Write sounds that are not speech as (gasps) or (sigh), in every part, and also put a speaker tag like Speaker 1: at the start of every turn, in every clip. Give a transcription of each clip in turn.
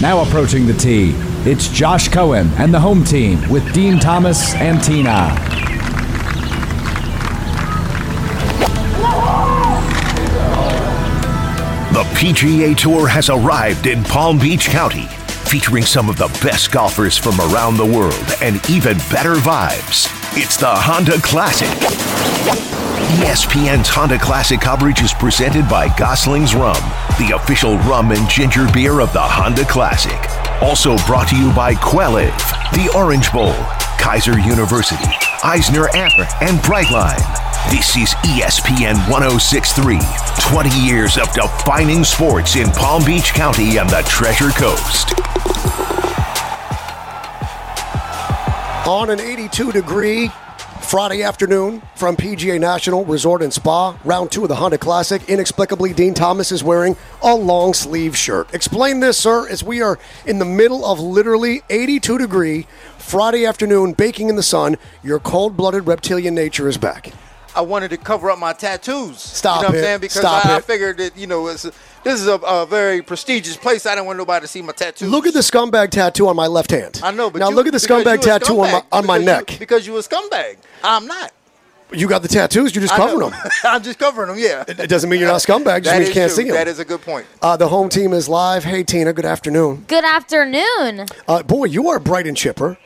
Speaker 1: Now approaching the tee, it's Josh Cohen and the home team with Dean Thomas and Tina.
Speaker 2: The PGA Tour has arrived in Palm Beach County, featuring some of the best golfers from around the world and even better vibes. It's the Honda Classic. E ESPN's Honda Classic coverage is presented by Gosling's Rum, the official rum and ginger beer of the Honda Classic. Also brought to you by Quelliv, the Orange Bowl, Kaiser University, Eisner Amper, and Brightline. This is E ESPN 1063, 20 years of defining sports in Palm Beach County and the Treasure Coast.
Speaker 3: On an 82 degree Friday afternoon from PGA National Resort and Spa, round two of the Honda Classic, inexplicably, Dean Thomas is wearing a long sleeve shirt. Explain this, sir, as we are in the middle of literally 82 degree Friday afternoon, baking in the sun. Your cold blooded reptilian nature is back.
Speaker 4: I wanted to cover up my tattoos.
Speaker 3: Stop
Speaker 4: You know what
Speaker 3: it.
Speaker 4: I'm saying? Because
Speaker 3: Stop
Speaker 4: I, I
Speaker 3: it.
Speaker 4: figured that, you know, it's, this is a, a very prestigious place. I didn't want nobody to see my tattoos.
Speaker 3: Look at the scumbag tattoo on my left hand.
Speaker 4: I know, but
Speaker 3: now
Speaker 4: you-
Speaker 3: look at the
Speaker 4: because you a
Speaker 3: scumbag tattoo on my
Speaker 4: scumbag.
Speaker 3: on my
Speaker 4: Because you-
Speaker 3: neck.
Speaker 4: because you a scumbag. I'm not.
Speaker 3: You got the tattoos. You're just
Speaker 4: I know.
Speaker 3: covering them.
Speaker 4: (laughs) I'm just covering them, yeah.
Speaker 3: It doesn't mean you're not a scumbag. It Just
Speaker 4: That
Speaker 3: means you
Speaker 4: is
Speaker 3: can't
Speaker 4: true.
Speaker 3: see them.
Speaker 4: That is a good point.
Speaker 3: uh, the home team is live. Hey Tina, good afternoon.
Speaker 5: Good afternoon.
Speaker 3: Uh, boy, you are bright and chipper.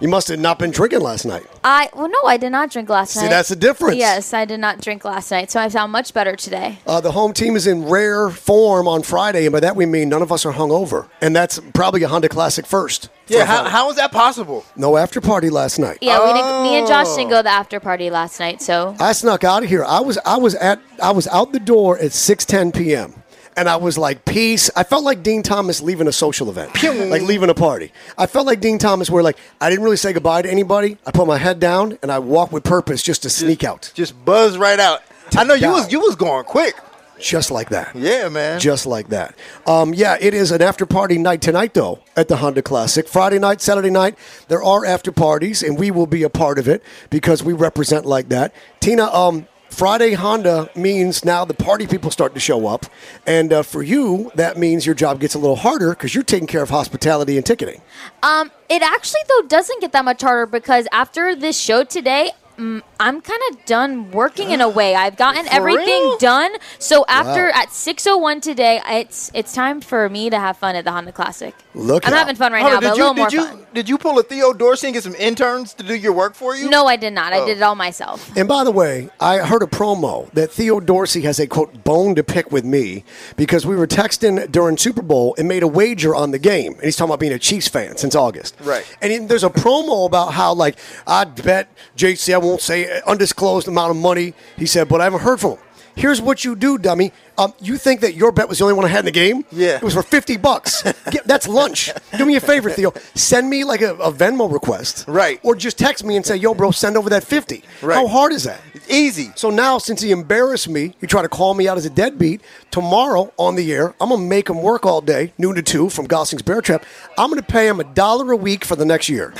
Speaker 3: You must have not been drinking last night.
Speaker 5: I well, no, I did not drink last
Speaker 3: See,
Speaker 5: night.
Speaker 3: that's the difference.
Speaker 5: Yes, I did not drink last night, so I sound much better today.
Speaker 3: Uh, the home team is in rare form on Friday, and by that we mean none of us are hungover, and that's probably a Honda Classic first. for
Speaker 4: Yeah,
Speaker 3: a
Speaker 4: how,
Speaker 3: Friday.
Speaker 4: how is that possible?
Speaker 3: no after party last night.
Speaker 5: Yeah, we didn't, me and Josh
Speaker 4: Oh.
Speaker 5: didn't go to the after party last night, so
Speaker 3: I snuck out of here. I was I was at I was out the door at six ten p.m. And I was like, peace. I felt like Dean Thomas leaving a social event, like leaving a party. I felt like Dean Thomas, where like I didn't really say goodbye to anybody. I put my head down and I walked with purpose just to sneak out,
Speaker 4: Just buzz right out. I know you
Speaker 3: die.
Speaker 4: was you was going quick.
Speaker 3: just like that.
Speaker 4: Yeah, man.
Speaker 3: just like that. Um, yeah, it is an after party night tonight, though, at the Honda Classic. Friday night, Saturday night, there are after parties, and we will be a part of it because we represent like that. Tina, um, Friday Honda means now the party people start to show up, and uh, for you, that means your job gets a little harder because you're taking care of hospitality and ticketing.
Speaker 5: um, it actually though doesn't get that much harder because after this show today. mm, I'm kind of done working in a
Speaker 4: (gasps)
Speaker 5: way. I've gotten everything
Speaker 4: real?
Speaker 5: done. So after
Speaker 3: Wow.
Speaker 5: at 6:01 today, it's it's time for me to have fun at the Honda Classic.
Speaker 3: Look
Speaker 5: I'm
Speaker 3: out.
Speaker 5: having fun right
Speaker 4: Hold
Speaker 5: now,
Speaker 4: on, Oh,
Speaker 5: but a
Speaker 4: did you,
Speaker 5: little
Speaker 4: did
Speaker 5: more
Speaker 4: you
Speaker 5: fun.
Speaker 4: did you pull a Theo Dorsey and get some interns to do your work for you? Oh.
Speaker 5: No, I did not. I did it all myself.
Speaker 3: And by the way, I heard a promo that Theo Dorsey has a quote bone to pick with me because we were texting during Super Bowl and made a wager on the game, and he's talking about being a Chiefs fan since August.
Speaker 4: Right.
Speaker 3: And he- there's a promo about how like I bet JC, I won't say undisclosed amount of money. He said, but I haven't heard from him. Here's what you do, dummy. Um, you think that your bet was the only one I had in the game?
Speaker 4: Yeah.
Speaker 3: It was for 50 bucks. Get, that's lunch. Do me a favor, Theo. Send me like a, a Venmo request.
Speaker 4: Right.
Speaker 3: Or just text me and say, yo, bro, send over that 50.
Speaker 4: Right.
Speaker 3: How hard is that?
Speaker 4: Easy.
Speaker 3: So now, since he embarrassed me, he tried to call me out as a deadbeat. Tomorrow on the air, I'm gonna make him work all day, noon to two, from Gosling's Bear Trap. I'm gonna pay him a dollar a week for the next
Speaker 4: (laughs)
Speaker 3: year.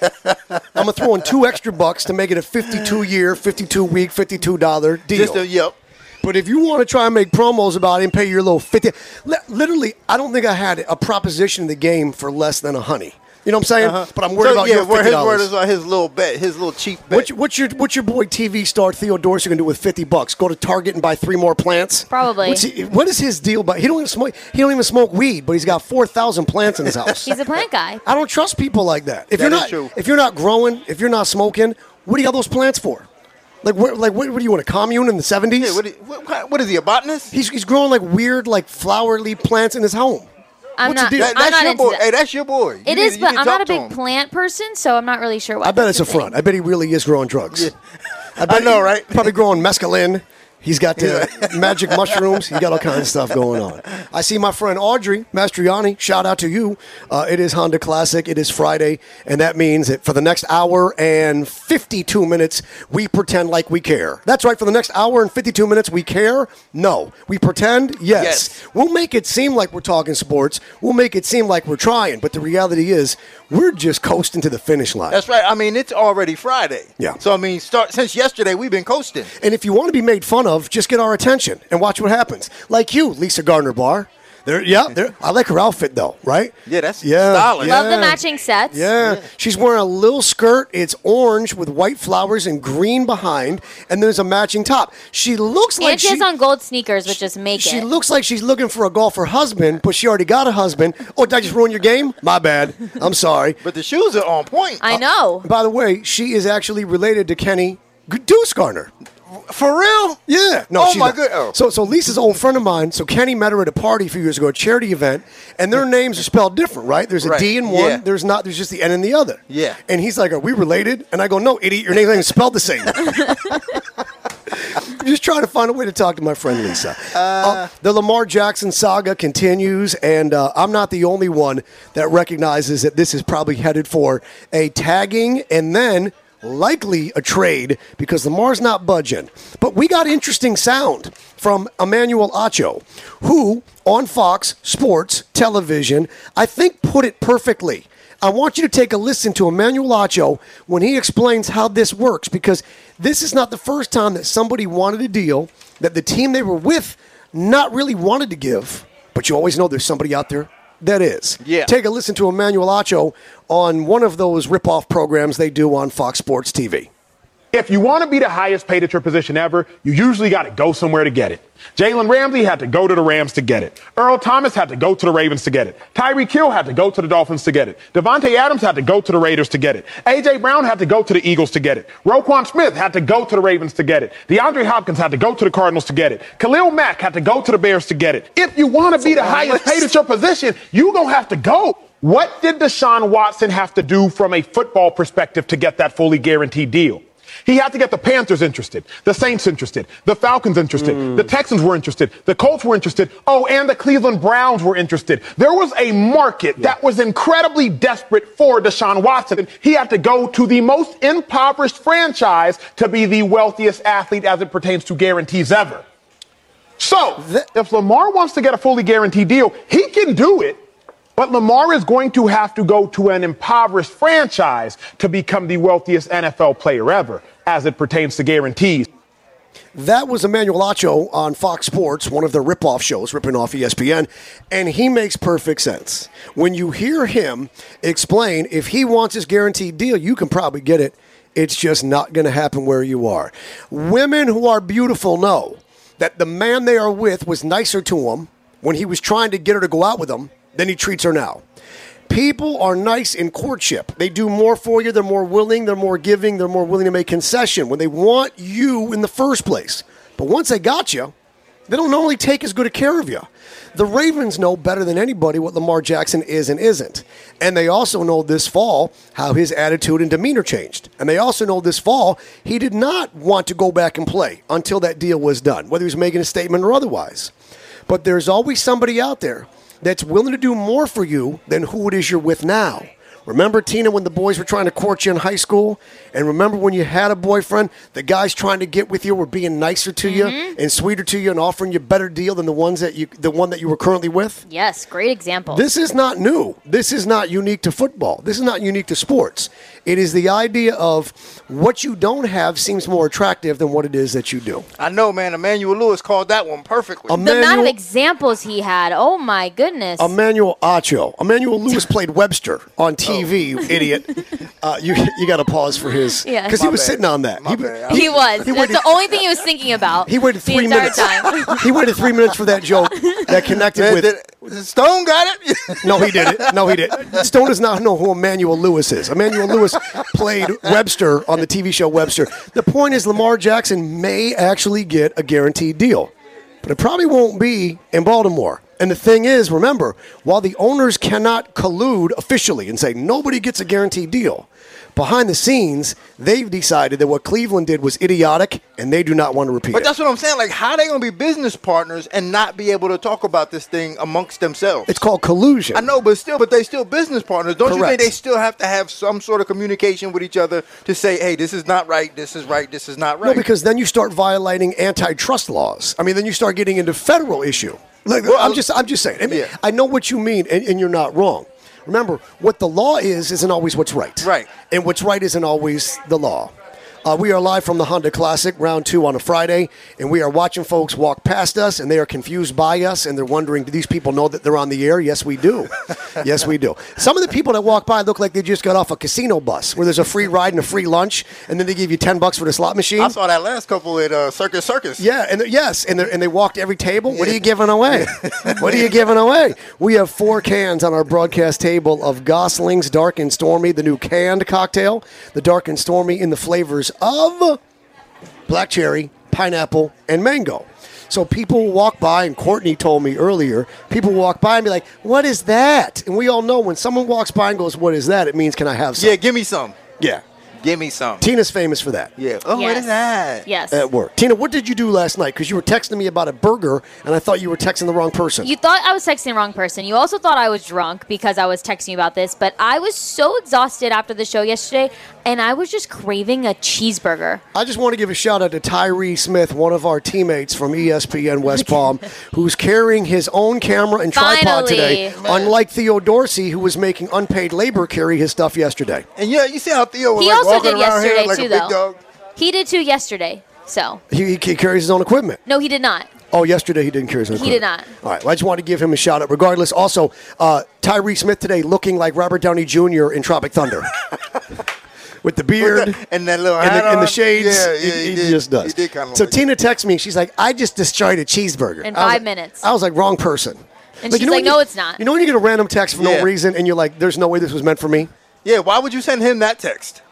Speaker 3: I'm gonna throw in two extra bucks to make it a 52 year, 52 week, 52 dollar deal.
Speaker 4: Just a yep.
Speaker 3: But if you want to try and make promos about it and pay your little 50, li- literally, I don't think I had a proposition in the game for less than a honey. You know what I'm saying? But I'm worried
Speaker 4: Uh-huh. So,
Speaker 3: about
Speaker 4: yeah,
Speaker 3: your
Speaker 4: where
Speaker 3: fifty
Speaker 4: his word
Speaker 3: dollars.
Speaker 4: is on his little bet, his little cheap
Speaker 3: What's
Speaker 4: bet.
Speaker 3: your, what's your what's your boy TV star Theo Dorsey gonna do with fifty bucks? Go to Target and buy three more plants?
Speaker 5: Probably.
Speaker 3: What's he- what is his deal? But he don't even smoke. He don't even smoke weed, but he's got four thousand plants in
Speaker 5: (laughs)
Speaker 3: his house.
Speaker 5: He's a
Speaker 4: (laughs)
Speaker 5: plant guy.
Speaker 3: I don't trust people like that. If
Speaker 4: That
Speaker 3: you're
Speaker 4: is
Speaker 3: not
Speaker 4: true.
Speaker 3: if you're not growing, if you're not smoking, what do you got those plants for? Like what like what, what do you want a commune in the seventies?
Speaker 4: Yeah, what, i- what, what- what is he, a botanist?
Speaker 3: he's he's growing like weird like flowerly plants in his home.
Speaker 5: I'm
Speaker 3: What's the
Speaker 5: not.
Speaker 3: deal?
Speaker 4: That-
Speaker 5: I'm
Speaker 4: that's
Speaker 5: not
Speaker 4: your
Speaker 5: into
Speaker 4: boy.
Speaker 5: that.
Speaker 4: Hey, that's your boy. You
Speaker 5: It
Speaker 4: need-
Speaker 5: is,
Speaker 4: you need
Speaker 5: but
Speaker 4: to
Speaker 5: I'm not
Speaker 4: talk
Speaker 5: a
Speaker 4: to
Speaker 5: big
Speaker 4: him.
Speaker 5: plant person, so I'm not really sure why.
Speaker 3: I bet it's
Speaker 5: that's
Speaker 3: a
Speaker 5: the thing.
Speaker 3: front. I bet he really is growing drugs. I, bet
Speaker 4: I know, right?
Speaker 3: Probably growing mescaline. He's got the (laughs) magic mushrooms. He got all kinds of stuff going on. I see my friend Audrey Mastriani. Shout out to you. Uh, it is Honda Classic. It is Friday, and that means that for the next hour and 52 minutes, we pretend like we care. That's right. For the next hour and 52 minutes, we care. No, we pretend. Yes,
Speaker 4: Yes.
Speaker 3: we'll make it seem like we're talking sports. We'll make it seem like we're trying, but the reality is, we're just coasting to the finish line.
Speaker 4: That's right. I mean, it's already Friday.
Speaker 3: Yeah.
Speaker 4: So I mean, start since yesterday we've been coasting.
Speaker 3: And if you want to be made fun of, just get our attention and watch what happens. Like you, Lisa Gardner Barr. There, yeah, there. I like her outfit though, right?
Speaker 4: Yeah, that's
Speaker 3: yeah,
Speaker 4: stylish.
Speaker 5: Love the
Speaker 3: yeah.
Speaker 5: matching sets.
Speaker 3: Yeah. She's wearing a little skirt. It's orange with white flowers and green behind, and there's a matching top. She looks like
Speaker 5: and she has
Speaker 3: she,
Speaker 5: on gold sneakers, which is make
Speaker 3: she
Speaker 5: it.
Speaker 3: looks like she's looking for a golfer husband, but she already got a husband. Oh, did I just ruin your game? My bad. I'm sorry.
Speaker 4: But the shoes are on point.
Speaker 5: I know.
Speaker 3: By the way, she is actually related to Kenny G- Deuce Garner.
Speaker 4: Uh, For real?
Speaker 3: Yeah. No,
Speaker 4: Oh
Speaker 3: she's
Speaker 4: my
Speaker 3: not.
Speaker 4: good- oh.
Speaker 3: So so Lisa's old friend of mine. So Kenny met her at a party a few years ago, a charity event, and their names are spelled different, right? There's a D
Speaker 4: Right.
Speaker 3: in one.
Speaker 4: Yeah.
Speaker 3: There's not. There's just the N in the other.
Speaker 4: Yeah.
Speaker 3: And he's like, "Are we related?" And I go, "No, idiot. Your name's not even spelled the same." I'm just trying to find a way to talk to my friend Lisa. Uh, the Lamar Jackson saga continues, and uh, I'm not the only one that recognizes that this is probably headed for a tagging and then likely a trade because Lamar's not budging. But we got interesting sound from Emmanuel Acho, who on Fox Sports Television, I think, put it perfectly. I want you to take a listen to Emmanuel Acho when he explains how this works because this is not the first time that somebody wanted a deal that the team they were with not really wanted to give, but you always know there's somebody out there that is.
Speaker 4: Yeah.
Speaker 3: Take a listen to Emmanuel Acho on one of those rip-off programs they do on Fox Sports TV.
Speaker 6: If you want to be the highest paid at your position ever, you usually got to go somewhere to get it. Jalen Ramsey had to go to the Rams to get it. Earl Thomas had to go to the Ravens to get it. Tyree Kill had to go to the Dolphins to get it. Devontae Adams had to go to the Raiders to get it. A.J. Brown had to go to the Eagles to get it. Roquan Smith had to go to the Ravens to get it. DeAndre Hopkins had to go to the Cardinals to get it. Khalil Mack had to go to the Bears to get it. If you want to be the highest paid at your position, you're going to have to go. What did Deshaun Watson have to do from a football perspective to get that fully guaranteed deal? He had to get the Panthers interested, the Saints interested, the Falcons interested, the Texans were interested, the Colts were interested, oh, and the Cleveland Browns were interested. There was a market that was incredibly desperate for Deshaun Watson. He had to go to the most impoverished franchise to be the wealthiest athlete as it pertains to guarantees ever. So, if Lamar wants to get a fully guaranteed deal, he can do it. But Lamar is going to have to go to an impoverished franchise to become the wealthiest NFL player ever as it pertains to guarantees.
Speaker 3: That was Emmanuel Acho on Fox Sports, one of their rip-off shows, ripping off E ESPN, and he makes perfect sense. When you hear him explain, if he wants his guaranteed deal, you can probably get it. It's just not going to happen where you are. Women who are beautiful know that the man they are with was nicer to him when he was trying to get her to go out with him than he treats her now. People are nice in courtship. They do more for you. They're more willing. They're more giving. They're more willing to make concession when they want you in the first place. But once they got you, they don't normally take as good a care of you. The Ravens know better than anybody what Lamar Jackson is and isn't. And they also know this fall how his attitude and demeanor changed. And they also know this fall he did not want to go back and play until that deal was done, whether he was making a statement or otherwise. But there's always somebody out there that's willing to do more for you than who it is you're with now. Remember, Tina, when the boys were trying to court you in high school? And remember when you had a boyfriend, the guys trying to get with you were being nicer to you and sweeter to you and offering you a better deal than the ones that you the one that you were currently with?
Speaker 5: Yes, great example.
Speaker 3: This is not new. This is not unique to football. This is not unique to sports. It is the idea of what you don't have seems more attractive than what it is that you do.
Speaker 4: I know, man. Emmanuel Lewis called that one perfectly.
Speaker 5: the amount of
Speaker 3: Emmanuel-
Speaker 5: examples he had. Oh my goodness.
Speaker 3: Emmanuel Acho. Emmanuel Lewis played Webster
Speaker 4: Oh.
Speaker 3: on TV, you idiot. Uh, you you got to pause for his.
Speaker 5: Yeah.
Speaker 3: Because he
Speaker 5: My
Speaker 3: was
Speaker 4: bad.
Speaker 3: sitting on that.
Speaker 4: My
Speaker 3: He,
Speaker 4: bad.
Speaker 5: (laughs) he was. That's
Speaker 3: waited-
Speaker 5: the only thing he was thinking about.
Speaker 3: he waited
Speaker 5: the
Speaker 3: three
Speaker 5: entire
Speaker 3: minutes. (laughs)
Speaker 5: Time.
Speaker 3: he waited three minutes for that joke that connected
Speaker 4: Man,
Speaker 3: with.
Speaker 4: did- Stone got it. (laughs)
Speaker 3: No, he did it. No, he did. Stone does not know who Emmanuel Lewis is. Emmanuel Lewis played Webster on the TV show Webster. The point is, Lamar Jackson may actually get a guaranteed deal, but it probably won't be in Baltimore. And the thing is, remember, while the owners cannot collude officially and say nobody gets a guaranteed deal, behind the scenes, they've decided that what Cleveland did was idiotic and they do not want to repeat
Speaker 4: But
Speaker 3: it.
Speaker 4: that's what I'm saying. Like, how they gonna be business partners and not be able to talk about this thing amongst themselves?
Speaker 3: It's called collusion.
Speaker 4: I know, but still, but they still business partners. Don't you
Speaker 3: Correct.
Speaker 4: think they still have to have some sort of communication with each other to say, hey, this is not right, this is right, this is not right?
Speaker 3: No, because then you start violating antitrust laws. I mean, then you start getting into federal issue. Like, I'm just, I'm just saying. I, mean,
Speaker 4: Yeah.
Speaker 3: I know what you mean, and, and you're not wrong. Remember, what the law is isn't always what's right.
Speaker 4: Right.
Speaker 3: And what's right isn't always the law. Uh, we are live from the Honda Classic, round two on a Friday, and we are watching folks walk past us, and they are confused by us, and they're wondering, do these people know that they're on the air? Yes, we
Speaker 4: (laughs)
Speaker 3: do. yes, we do. Some of the people that walk by look like they just got off a casino bus, where there's a free ride and a free lunch, and then they give you ten bucks for the slot machine.
Speaker 4: I saw that last couple at uh, Circus Circus.
Speaker 3: Yeah, and they're- yes, and they and they walked every table. What are you giving away? what are you giving away? We have four cans on our broadcast table of Gosling's Dark and Stormy, the new canned cocktail, the Dark and Stormy in the flavors of black cherry, pineapple, and mango. So people walk by, and Courtney told me earlier, people walk by and be like, "What is that?" And we all know when someone walks by and goes, "What is that?" It means, "Can I have some?"
Speaker 4: Yeah, give me some.
Speaker 3: yeah.
Speaker 4: Give me some.
Speaker 3: Tina's famous for that.
Speaker 4: yeah. Oh, what
Speaker 5: Yes.
Speaker 4: is that?
Speaker 5: Yes.
Speaker 3: at work. Tina, what did you do last night? Because you were texting me about a burger, and I thought you were texting the wrong person.
Speaker 5: You thought I was texting the wrong person. You also thought I was drunk because I was texting you about this, but I was so exhausted after the show yesterday and I was just craving a cheeseburger.
Speaker 3: I just want to give a shout out to Tyree Smith, one of our teammates from E ESPN West
Speaker 5: (laughs)
Speaker 3: Palm, who's carrying his own camera and tripod
Speaker 5: Finally.
Speaker 3: today, unlike Theo Dorsey, who was making unpaid labor carry his stuff yesterday.
Speaker 4: And yeah, you see how Theo was
Speaker 5: He
Speaker 4: like
Speaker 5: also
Speaker 4: walking around
Speaker 5: did yesterday
Speaker 4: here like
Speaker 5: too
Speaker 4: a big
Speaker 5: though.
Speaker 4: dog.
Speaker 5: He did too yesterday. So,
Speaker 3: He, he carries his own equipment.
Speaker 5: no he did not.
Speaker 3: Oh, yesterday he didn't carry his own
Speaker 5: He did
Speaker 3: equipment.
Speaker 5: not.
Speaker 3: All right, well, I just want to give him a shout out. Regardless, also, uh, Tyree Smith today looking like Robert Downey Jr. in Tropic
Speaker 5: (laughs)
Speaker 3: Thunder. With the beard
Speaker 4: And that little
Speaker 3: and
Speaker 4: hat
Speaker 3: the, and the
Speaker 4: on.
Speaker 3: shades.
Speaker 4: Yeah, yeah,
Speaker 3: he,
Speaker 4: he
Speaker 3: he
Speaker 4: did.
Speaker 3: just does.
Speaker 4: He did kinda
Speaker 3: so
Speaker 4: look-
Speaker 3: Tina texts me. She's like, "I just destroyed a cheeseburger
Speaker 5: In
Speaker 3: I was
Speaker 5: five
Speaker 3: like-
Speaker 5: minutes.
Speaker 3: I was like, "Wrong person."
Speaker 5: And
Speaker 3: Like,
Speaker 5: she's like,
Speaker 3: when you-
Speaker 5: "No, it's not."
Speaker 3: You know when you get a random text for
Speaker 4: Yeah.
Speaker 3: no reason, and you're like, "There's no way this was meant for me,"
Speaker 4: Yeah, why would you send him that text?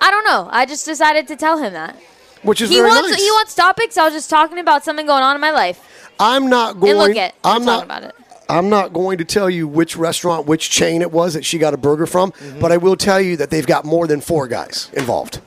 Speaker 5: I don't know. I just decided to tell him that.
Speaker 3: which is
Speaker 5: He
Speaker 3: very
Speaker 5: wants
Speaker 3: nice.
Speaker 5: he wants topics. I was just talking about something going on in my life.
Speaker 3: I'm not going.
Speaker 5: And look at
Speaker 3: I'm
Speaker 5: I'm
Speaker 3: not.
Speaker 5: talking about it.
Speaker 3: I'm not going to tell you which restaurant, which chain it was that she got a burger from,
Speaker 4: Mm-hmm.
Speaker 3: but I will tell you that they've got more than four guys
Speaker 5: (laughs)
Speaker 3: involved.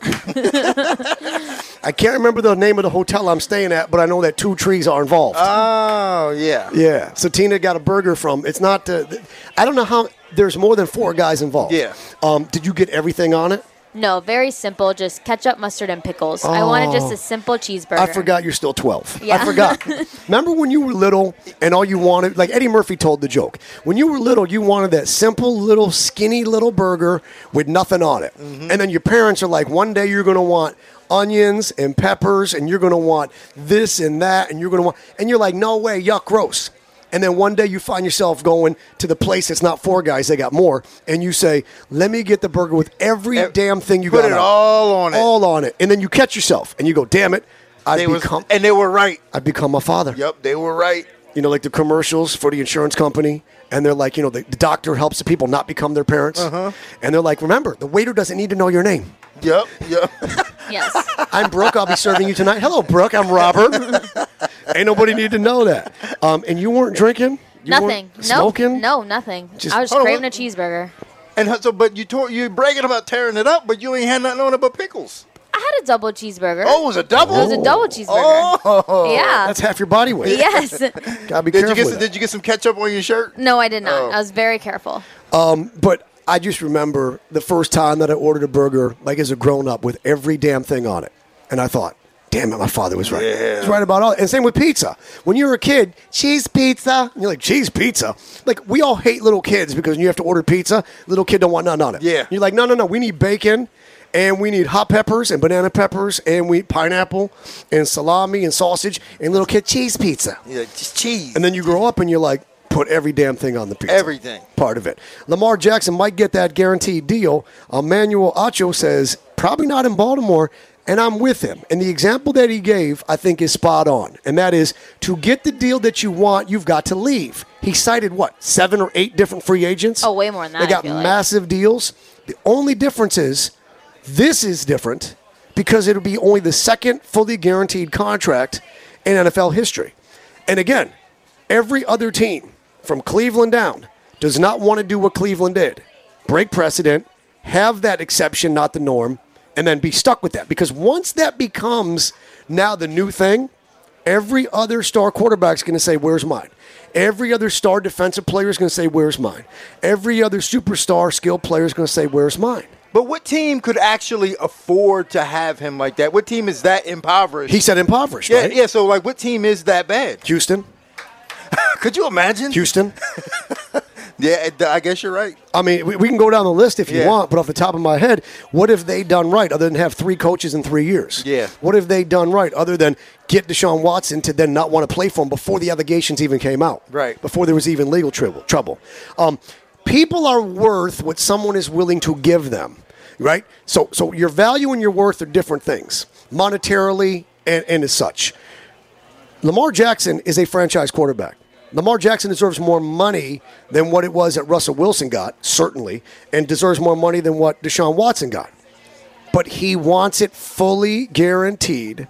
Speaker 3: I can't remember the name of the hotel I'm staying at, but I know that two trees are involved.
Speaker 4: Oh, yeah.
Speaker 3: Yeah. So Tina got a burger from. It's not. Uh, th- I don't know how. There's more than four guys involved.
Speaker 4: Yeah.
Speaker 3: Um, did you get everything on it?
Speaker 5: No, very simple. Just ketchup, mustard, and pickles. I wanted just a simple cheeseburger.
Speaker 3: Oh. I forgot you're still 12. I
Speaker 5: Yeah. (laughs)
Speaker 3: forgot. Remember when you were little and all you wanted, like Eddie Murphy told the joke, when you were little, you wanted that simple little skinny little burger with nothing on it.
Speaker 5: Mm-hmm.
Speaker 3: And then your parents are like, one day you're going to want onions and peppers and you're going to want this and that and you're going to want, and you're like, no way, yuck, gross. And then one day you find yourself going to the place that's not four guys, they got more. And you say, let me get the burger with every
Speaker 4: Ev-
Speaker 3: damn thing you
Speaker 4: put
Speaker 3: got
Speaker 4: it
Speaker 3: on
Speaker 4: all on it.
Speaker 3: All on it. And then you catch yourself and you go, damn it. I
Speaker 4: They was,
Speaker 3: become
Speaker 4: and they were right.
Speaker 3: I become a father.
Speaker 4: Yep, they were right.
Speaker 3: You know, like the commercials for the insurance company, and they're like, you know, the, the doctor helps the people not become their parents,
Speaker 4: Uh-huh.
Speaker 3: and they're like, remember, the waiter doesn't need to know your name.
Speaker 4: Yep, yep.
Speaker 3: (laughs)
Speaker 5: Yes.
Speaker 3: I'm Brooke.
Speaker 4: (laughs)
Speaker 3: I'll be serving you tonight. Hello, Brooke. I'm Robert. (laughs) Ain't nobody need to know that. Um, and you weren't drinking. You weren't
Speaker 5: nothing. No.
Speaker 3: Smoking.
Speaker 5: No, nothing.
Speaker 3: Just-
Speaker 5: I was
Speaker 4: Hold on,
Speaker 5: craving a
Speaker 4: what-
Speaker 5: cheeseburger.
Speaker 4: and so, but you told you bragging about tearing it up, but you ain't had nothing on it but pickles.
Speaker 5: I had a double cheeseburger.
Speaker 4: Oh, it was a double.
Speaker 5: it was a double cheeseburger.
Speaker 4: Oh.
Speaker 5: yeah.
Speaker 3: That's half your body weight.
Speaker 5: yes.
Speaker 3: (laughs) Gotta be
Speaker 4: Did
Speaker 3: careful.
Speaker 4: you get
Speaker 3: with
Speaker 4: some,
Speaker 3: that.
Speaker 4: did you get some ketchup on your shirt?
Speaker 5: No, I did not.
Speaker 4: Oh.
Speaker 5: I was very careful.
Speaker 3: But I just remember the first time that I ordered a burger, like as a grown up, with every damn thing on it. And I thought, damn it, my father was right.
Speaker 4: Yeah.
Speaker 3: He's right about all. And same with pizza. When you were a kid, cheese pizza. And you're like, cheese pizza. Like, we all hate little kids because when you have to order pizza, little kid don't want nothing on it.
Speaker 4: Yeah.
Speaker 3: You're like, no, no, no, we need bacon. And we need hot peppers and banana peppers, and we pineapple and salami and sausage and little kid cheese pizza.
Speaker 4: Yeah, just cheese.
Speaker 3: And then you grow up and you're like, put every damn thing on the pizza.
Speaker 4: Everything.
Speaker 3: Part of it. Lamar Jackson might get that guaranteed deal. Emmanuel Acho says, probably not in Baltimore. And I'm with him. And the example that he gave, I think, is spot on. And that is to get the deal that you want, you've got to leave. He cited what, seven or eight different free agents?
Speaker 5: Oh, way more than that,
Speaker 3: They
Speaker 5: I
Speaker 3: got
Speaker 5: feel like.
Speaker 3: massive deals. The only difference is this is different because it'll be only the second fully guaranteed contract in NFL history. And again, every other team from Cleveland down does not want to do what Cleveland did break precedent, have that exception, not the norm, and then be stuck with that. Because once that becomes now the new thing, every other star quarterback's going to say, Where's mine? Every other star defensive player is going to say, Where's mine? Every other superstar skilled player is going to say, Where's mine?
Speaker 4: but what team could actually afford to have him like that? What team is that impoverished?
Speaker 3: He said impoverished.
Speaker 4: yeah,
Speaker 3: right?
Speaker 4: yeah. So like, what team is that bad?
Speaker 3: Houston,
Speaker 4: Could you imagine?
Speaker 3: Houston,
Speaker 4: Yeah, it- I guess you're right.
Speaker 3: (laughs) I mean, we, we can go down the list if you
Speaker 4: Yeah.
Speaker 3: want, but off the top of my head, what have they done right other than have three coaches in three years?
Speaker 4: Yeah.
Speaker 3: What have they done right other than get Deshaun Watson to then not want to play for him before the allegations even came out?
Speaker 4: Right.
Speaker 3: Before there was even legal trouble. trouble. Um, people are worth what someone is willing to give them, right? So, so your value and your worth are different things, monetarily and, and as such. Lamar Jackson is a franchise quarterback. Lamar Jackson deserves more money than what it was that Russell Wilson got, certainly, and deserves more money than what Deshaun Watson got. But he wants it fully guaranteed,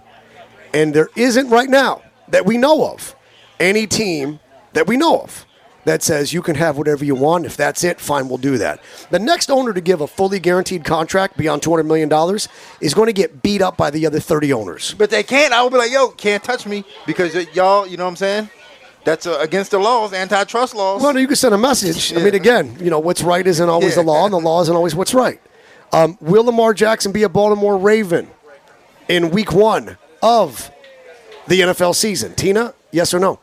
Speaker 3: and there isn't right now that we know of any team that we know of that says you can have whatever you want. If that's it, fine, we'll do that. The next owner to give a fully guaranteed contract beyond $200 million is going to get beat up by the other 30 owners.
Speaker 4: But they can't. I would be like, yo, can't touch me because y- y'all, you know what I'm saying? That's uh, against the laws, antitrust laws.
Speaker 3: Well, no, you can send a message. I mean,
Speaker 4: Yeah.
Speaker 3: again, you know, what's right isn't always the
Speaker 4: Yeah.
Speaker 3: law, and the law isn't always what's right. Um, will Lamar Jackson be a Baltimore Raven in week one of the NFL season? Tina, yes or no?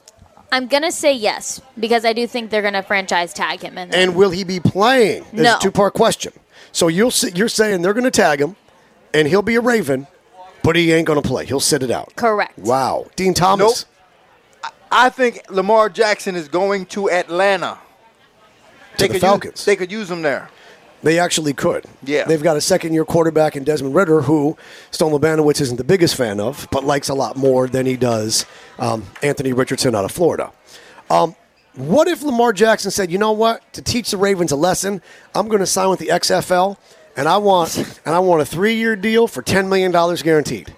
Speaker 5: I'm gonna say yes because I do think they're gonna franchise tag him in.
Speaker 3: And will he be playing? There's
Speaker 5: No.
Speaker 3: a two part question. So you'll, s- you're saying they're going to tag him, and he'll be a Raven, but he ain't going to play. He'll sit it out.
Speaker 5: Correct.
Speaker 3: Wow. Dean Thomas.
Speaker 4: Nope. I think Lamar Jackson is going to Atlanta.
Speaker 3: To the
Speaker 4: could
Speaker 3: Falcons.
Speaker 4: Use, they could use him there.
Speaker 3: They actually could.
Speaker 4: Yeah.
Speaker 3: They've got a second year quarterback in Desmond Ritter, who Stone Labanowitz isn't the biggest fan of, but likes a lot more than he does um, Anthony Richardson out of Florida. Um, what if Lamar Jackson said, you know what, to teach the Ravens a lesson, I'm going to sign with the XFL, and I want, and I want a three year deal for $10 million guaranteed?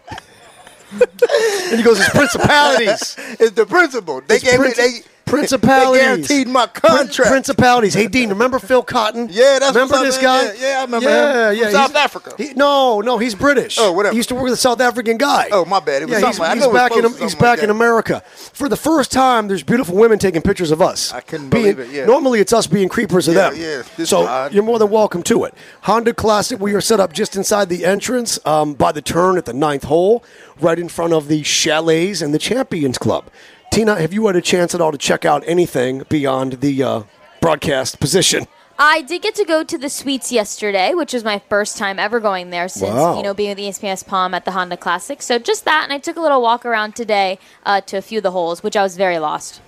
Speaker 3: (laughs) and he goes, it's principalities.
Speaker 4: It's the principle. They
Speaker 3: It's
Speaker 4: gave me
Speaker 3: princi-
Speaker 4: they
Speaker 3: principalities.
Speaker 4: They guaranteed my
Speaker 3: Prin-
Speaker 4: contract.
Speaker 3: principalities. Hey Dean, remember Phil Cotton?
Speaker 4: (laughs) Yeah, that's
Speaker 3: remember this
Speaker 4: what's up,
Speaker 3: guy.
Speaker 4: man. Yeah, yeah, I remember
Speaker 3: Yeah,
Speaker 4: him.
Speaker 3: yeah.
Speaker 4: From South
Speaker 3: he's-
Speaker 4: Africa.
Speaker 3: he- no, no, he's British.
Speaker 4: Oh, whatever.
Speaker 3: He used to work with a South African guy.
Speaker 4: Oh, my bad. It was
Speaker 3: yeah, he's,
Speaker 4: something. I
Speaker 3: he's
Speaker 4: know it was
Speaker 3: back in
Speaker 4: close to
Speaker 3: he's
Speaker 4: something like
Speaker 3: back in
Speaker 4: that.
Speaker 3: America for the first time. There's beautiful women taking pictures of us.
Speaker 4: I couldn't
Speaker 3: Being-
Speaker 4: believe it, yeah.
Speaker 3: Normally it's us being creepers of
Speaker 4: Yeah,
Speaker 3: them.
Speaker 4: yeah, this
Speaker 3: so
Speaker 4: is odd.
Speaker 3: you're more than welcome to it. Honda Classic. We are set up just inside the entrance um, by the turn at the ninth hole, right in front of the chalets and the Champions Club. Tina, have you had a chance at all to check out anything beyond the uh, broadcast position? (laughs)
Speaker 5: I did get to go to the suites yesterday, which was my first time ever going there since
Speaker 3: Wow.
Speaker 5: you know being with the E ESPN's Palm at the Honda Classic. So just that, and I took a little walk around today uh, to a few of the holes, which I was very lost.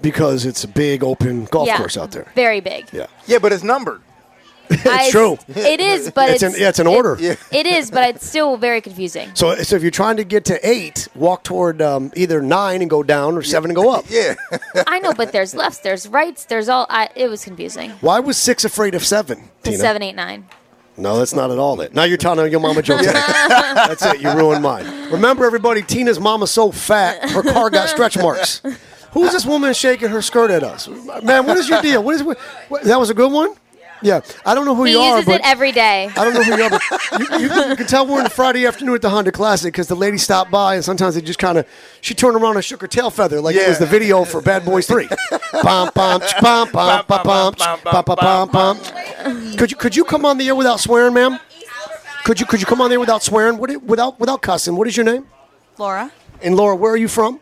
Speaker 3: Because it's a big open golf
Speaker 5: yeah,
Speaker 3: course out there. (laughs)
Speaker 5: very big.
Speaker 3: Yeah,
Speaker 4: yeah, but it's numbered.
Speaker 5: I-
Speaker 3: true.
Speaker 5: It is, but
Speaker 3: It's
Speaker 5: it's,
Speaker 3: an- yeah, it's an order.
Speaker 5: it- (laughs) it is, but it's still very confusing.
Speaker 3: So, so if you're trying to get to eight, walk toward um, either nine and go down, or seven and go up.
Speaker 4: (laughs) Yeah.
Speaker 5: I know, but there's lefts, there's rights, there's all. I, it was confusing.
Speaker 3: Why was six afraid of seven?
Speaker 5: The
Speaker 3: Tina?
Speaker 5: seven, eight, nine.
Speaker 3: No, that's not at all it. Now you're telling your
Speaker 5: (laughs)
Speaker 3: mama Joe Tex. That's it. You ruined mine. Remember, everybody, Tina's mama's so fat, her car got stretch marks. Who's this woman shaking her skirt at us? Man, what is your deal? What is what, what, that was a good one? Yeah, I don't know who
Speaker 5: He
Speaker 3: you are,
Speaker 5: uses
Speaker 3: but
Speaker 5: it every day.
Speaker 3: I don't know who you are. But you, you, can- you can tell we're in the Friday afternoon at the Honda Classic because the lady stopped by, and sometimes they just kind of she turned around and shook her tail feather like it was the
Speaker 4: Yeah.
Speaker 3: video for Bad Boys Three. Bum bum ch- bum bum bum bum ch- bum bum bum bum. Could you could you come on the air without swearing, ma'am? Could you could you come on the air without swearing? What i- without without cussing? What is your name?
Speaker 7: Laura,
Speaker 3: And Laura, where are you from?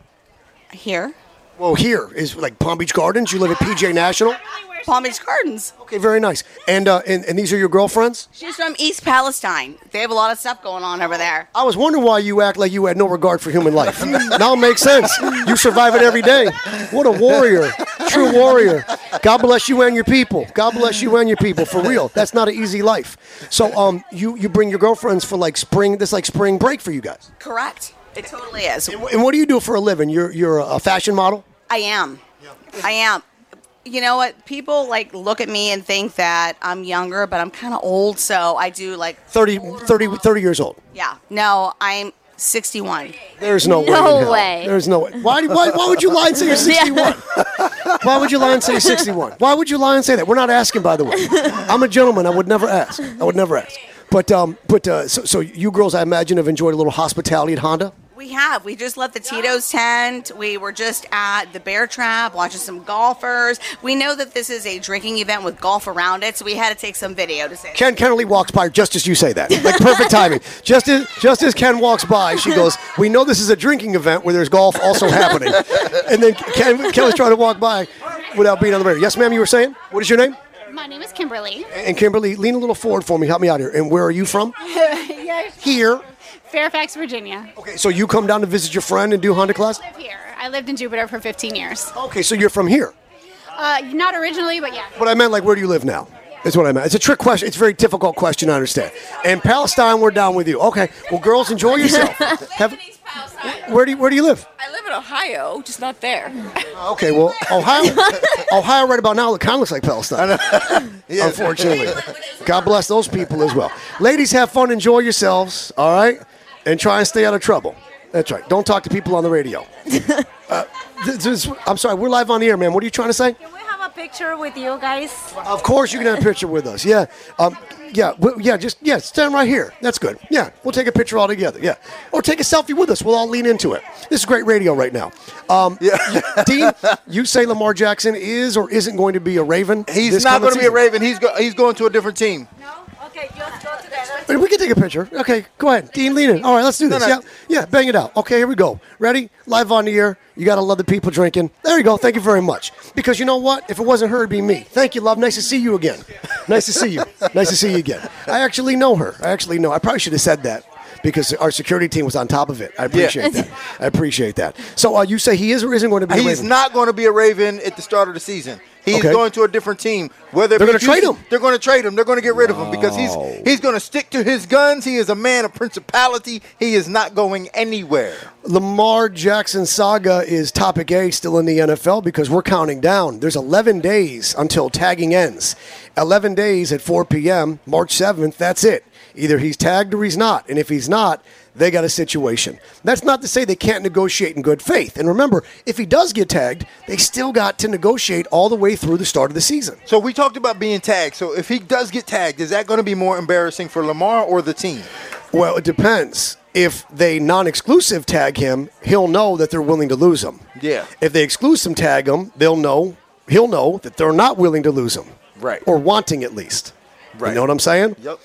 Speaker 7: here.
Speaker 3: Well, here is like Palm Beach Gardens. You live at PJ National.
Speaker 7: Palm Beach Gardens.
Speaker 3: Okay, very nice. And uh, and, and these are your girlfriends.
Speaker 7: She's from East Palestine. They have a lot of stuff going on over there.
Speaker 3: I was wondering why you act like you had no regard for human life. now it makes sense. You survive it every day. What a warrior, true warrior. God bless you and your people. God bless you and your people for real. That's not an easy life. So um, you you bring your girlfriends for like spring. This like spring break for you guys.
Speaker 7: Correct. It totally is.
Speaker 3: And what do you do for a living? You're you're a fashion model.
Speaker 7: I am. I am. You know what? People like look at me and think that I'm younger, but I'm kind of old, so I do like
Speaker 3: 30, 30, 30 years old.
Speaker 7: Yeah. No, I'm 61.
Speaker 3: There's no, way. in
Speaker 5: No
Speaker 3: hell.
Speaker 5: way.
Speaker 3: There's no way. Why, why, why would you lie and say you're 61? Why would you lie and say 61? Why would you lie and say that? We're not asking, by the way. I'm a gentleman. I would never ask. I would never ask. But, um, but uh, so, so you girls, I imagine, have enjoyed a little hospitality at Honda.
Speaker 7: We have. We just left the Tito's tent. We were just at the Bear Trap watching some golfers. We know that this is a drinking event with golf around it, so we had to take some video to say.
Speaker 3: Ken Kennedy walks by just as you say that, like perfect timing. Just as just as Ken walks by, she goes, "We know this is a drinking event where there's golf also happening." And then Ken, Ken was trying to walk by, without being on the radio. Yes, ma'am, you were saying? What is your name?
Speaker 8: My name is Kimberly.
Speaker 3: And Kimberly, lean a little forward for me. Help me out here. And where are you from? Here.
Speaker 8: Fairfax, Virginia.
Speaker 3: Okay, so you come down to visit your friend and do Honda class?
Speaker 8: I live here. I lived in Jupiter for 15 years.
Speaker 3: Okay, so you're from here.
Speaker 8: Uh, not originally, but yeah.
Speaker 3: What I meant, like, where do you live now? Is what I meant. It's a trick question. It's a very difficult question, I understand. And Palestine, we're down with you. Okay, well, girls, enjoy yourself. Have- where, do you, where do you live?
Speaker 9: I live in Ohio, just not there.
Speaker 3: Okay, well, Ohio, Ohio right about now kind of looks like Palestine,
Speaker 4: (laughs)
Speaker 3: unfortunately. God bless those people as well. Ladies, have fun, enjoy yourselves, all right, and try and stay out of trouble. That's right. Don't talk to people on
Speaker 10: (laughs)
Speaker 3: the radio. Uh, this is- I'm sorry, we're live on the air, man. What are you trying to say?
Speaker 10: Can we have a picture with you guys?
Speaker 3: Of course, you can have a picture with us. Yeah, um, yeah, w- yeah. Just yeah, stand right here. That's good. Yeah, we'll take a picture all together. Yeah, or take a selfie with us. We'll all lean into it. This is great radio right now. Um,
Speaker 4: (laughs)
Speaker 3: Dean, you say Lamar Jackson is or isn't going to be a Raven?
Speaker 4: He's
Speaker 3: this coming
Speaker 4: not going to be a
Speaker 3: season?
Speaker 4: Raven. He's go- he's going to a different team.
Speaker 10: Okay, just go together.
Speaker 3: Wait, We can take a picture. Okay, go ahead. Dean, lean in. All right, let's do this.
Speaker 4: no.
Speaker 3: Yeah, yeah, bang it out. Okay, here we go. Ready? Live on the air. You got to love the people drinking. There you go. Thank you very much. Because you know what? If it wasn't her, it'd be me. Thank you, love. Nice to see you again. Nice to see you. Nice to see you again. I actually know her. I actually know. I probably should have said that because our security team was on top of it. I appreciate that. I appreciate that. So uh, you say he is or isn't going to be? a
Speaker 4: He's
Speaker 3: Raven?
Speaker 4: not going to be a Raven at the start of the season. He's
Speaker 3: Okay.
Speaker 4: going to a different team. Whether it
Speaker 3: They're
Speaker 4: be
Speaker 3: gonna trade
Speaker 4: Houston-
Speaker 3: him. Oh.
Speaker 4: They're going to trade him. They're going to get rid of him because he's he's going to stick to his guns. He is a man of principality. He is not going anywhere.
Speaker 3: Lamar Jackson saga is topic A still in the NFL because we're counting down. There's 11 days until tagging ends. 11 days at 4 p.m., March 7th, that's it. Either he's tagged or he's not. And if he's not, they got a situation. That's not to say they can't negotiate in good faith. And remember, if he does get tagged, they still got to negotiate all the way through the start of the season.
Speaker 4: So we talked about being tagged. So if he does get tagged, is that going to be more embarrassing for Lamar or the team?
Speaker 3: Well, it depends. If they non-exclusive tag him, he'll know that they're willing to lose him.
Speaker 4: Yeah.
Speaker 3: If they exclusive tag him, they'll know he'll know that they're not willing to lose him.
Speaker 4: Right.
Speaker 3: Or wanting at least.
Speaker 4: Right.
Speaker 3: You know what I'm saying?
Speaker 4: Yep.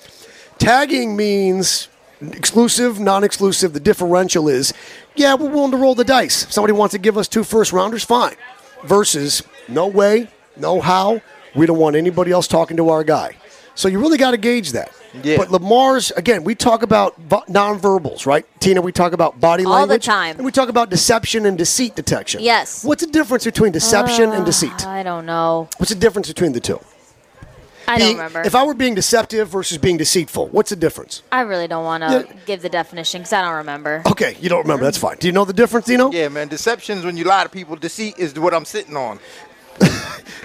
Speaker 3: Tagging means exclusive, non-exclusive. The differential is, yeah, we're willing to roll the dice. If somebody wants to give us two first rounders, fine. Versus, no way, no how. We don't want anybody else talking to our guy. So you really got to gauge that.
Speaker 4: Yeah.
Speaker 3: But Lamar's again, we talk about vo- nonverbals, right? Tina, we talk about body
Speaker 5: All the
Speaker 3: language
Speaker 5: time.
Speaker 3: and we talk about deception and deceit detection.
Speaker 5: Yes. Uh.
Speaker 3: What's the difference between deception and deceit?
Speaker 5: I don't know.
Speaker 3: What's the difference between the two?
Speaker 5: I don't
Speaker 3: Being-
Speaker 5: remember.
Speaker 3: If I were being deceptive versus being deceitful, what's the difference?
Speaker 5: I really don't want to
Speaker 3: Yeah.
Speaker 5: give the definition because I don't remember.
Speaker 3: Okay, you don't remember. That's fine. Do you know the difference, Dino?
Speaker 4: Yeah, man. Deceptions when you lie to people. Deceit is what I'm sitting on.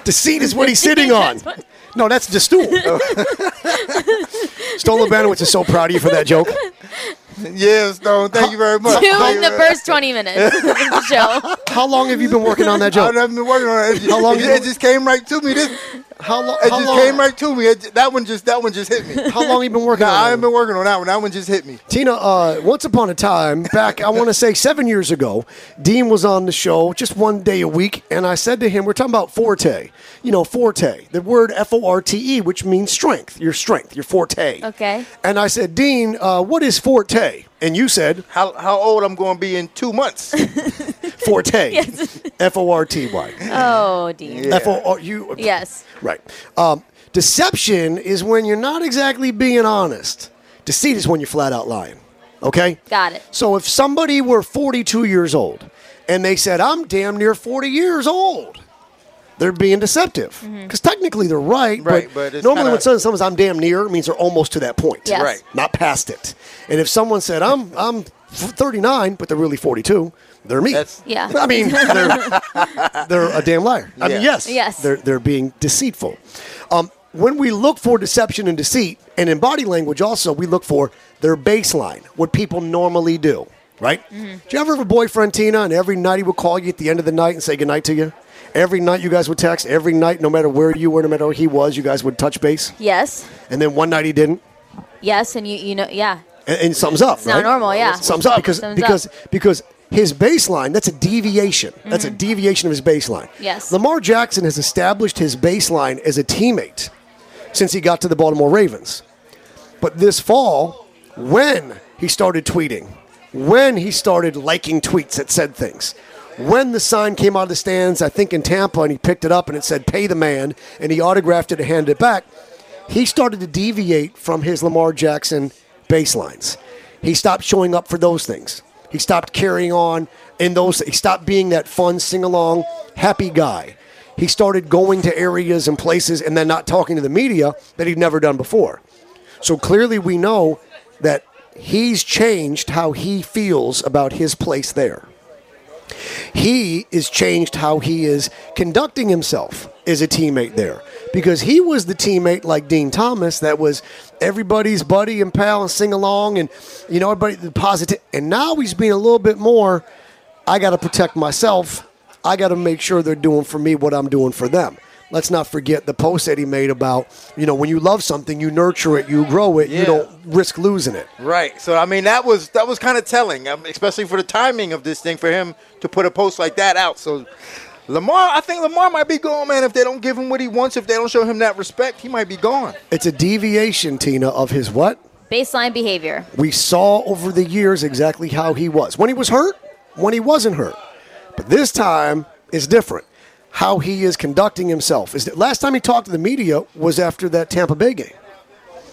Speaker 3: Deceit is what he's sitting on. No, (laughs) that's the
Speaker 4: (laughs)
Speaker 3: stool.
Speaker 4: Oh.
Speaker 3: (laughs) Stola Banowitz is so proud of you for that joke.
Speaker 4: Yes, Stone. Thank you very much. (laughs)
Speaker 5: Two in the first 20 minutes of the show.
Speaker 3: How long have you been working on that joke?
Speaker 4: I've been working on it.
Speaker 3: How long
Speaker 4: It,
Speaker 3: you-
Speaker 4: it just came right to me. This,
Speaker 3: How, lo-
Speaker 4: it
Speaker 3: how
Speaker 4: just
Speaker 3: long?
Speaker 4: came right to me. It, that one just that one just hit me.
Speaker 3: How long you been working
Speaker 4: Nah,
Speaker 3: on
Speaker 4: I
Speaker 3: that
Speaker 4: haven't
Speaker 3: one?
Speaker 4: been working on that one. That one just hit me.
Speaker 3: Tina, uh, once upon a time, back, I want to say seven years ago, Dean was on the show just one day a week, and I said to him, We're talking about forte. You know, forte, the word F O R T E, which means strength, your strength, your forte.
Speaker 5: Okay.
Speaker 3: And I said, Dean, uh, what is forte? And you said,
Speaker 4: How how old I'm going to be in
Speaker 3: (laughs)
Speaker 4: two months?
Speaker 3: forte. F O R T Y.
Speaker 5: Oh, Dean.
Speaker 3: F O R U.
Speaker 5: Yes.
Speaker 3: Right. Um, deception is when you're not exactly being honest. Deceit is when you're flat out lying. Okay?
Speaker 5: Got it.
Speaker 3: So if somebody were 42 years old and they said, I'm damn near 40 years old, they're being deceptive.
Speaker 5: Mm-hmm.
Speaker 3: Because technically they're right.
Speaker 4: Right,
Speaker 3: but,
Speaker 4: but it's
Speaker 3: normally when
Speaker 4: kinda-
Speaker 3: someone says I'm damn near, it means they're almost to that point.
Speaker 5: Yes. Right.
Speaker 3: Not past it. And if someone said, I'm, I'm f- 39, but they're really 42, they're me.
Speaker 4: That's-
Speaker 5: Yeah.
Speaker 3: I mean, they're,
Speaker 5: (laughs)
Speaker 3: they're a damn liar. I mean,
Speaker 4: Yeah.
Speaker 3: yes.
Speaker 5: Yes.
Speaker 3: They're, they're being deceitful. Um, when we look for deception and deceit, and in body language also, we look for their baseline, what people normally do, right? Did you ever have a boyfriend, Tina, and every night he would call you at the end of the night and say goodnight to you? Every night you guys would text, every night, no matter where you were, no matter where he was, you guys would touch base.
Speaker 5: Yes.
Speaker 3: And then one night he didn't.
Speaker 5: Yes. And you, you know, yeah.
Speaker 3: And, and sums up.
Speaker 5: not
Speaker 3: right?
Speaker 5: normal, yeah.
Speaker 3: Sums up because
Speaker 5: Sums
Speaker 3: because
Speaker 5: up.
Speaker 3: because his baseline. That's a deviation. That's a deviation of his baseline.
Speaker 5: Mm-hmm. Yes.
Speaker 3: Lamar Jackson has established his baseline as a teammate since he got to the Baltimore Ravens. But this fall, when he started tweeting, when he started liking tweets that said things, when the sign came out of the stands, I think in Tampa, and he picked it up and it said, pay the man, and he autographed it and handed it back, he started to deviate from his Lamar Jackson baselines. He stopped showing up for those things. He stopped carrying on in those, he stopped being that fun, sing along, happy guy. He started going to areas and places and then not talking to the media that he'd never done before. So clearly, we know that he's changed how he feels about his place there. He is changed how he is conducting himself as a teammate there because he was the teammate like Dean Thomas that was everybody's buddy and pal and sing along and you know everybody the positive and now he's being a little bit more I got to protect myself I got to make sure they're doing for me what I'm doing for them let's not forget the post that he made about you know when you love something you nurture it you grow it you
Speaker 4: Yeah.
Speaker 3: don't risk losing it
Speaker 4: Right. So I mean, that was that was kind of telling, um, especially for the timing of this thing for him to put a post like that out. So Lamar, I think Lamar might be gone, man. If they don't give him what he wants, if they don't show him that respect, he might be gone.
Speaker 3: It's a deviation, Tina, of his what?
Speaker 5: Baseline behavior.
Speaker 3: We saw over the years exactly how he was. When he was hurt, when he wasn't hurt. But this time is different. How he is conducting himself. Is that last time he talked to the media was after that Tampa Bay game.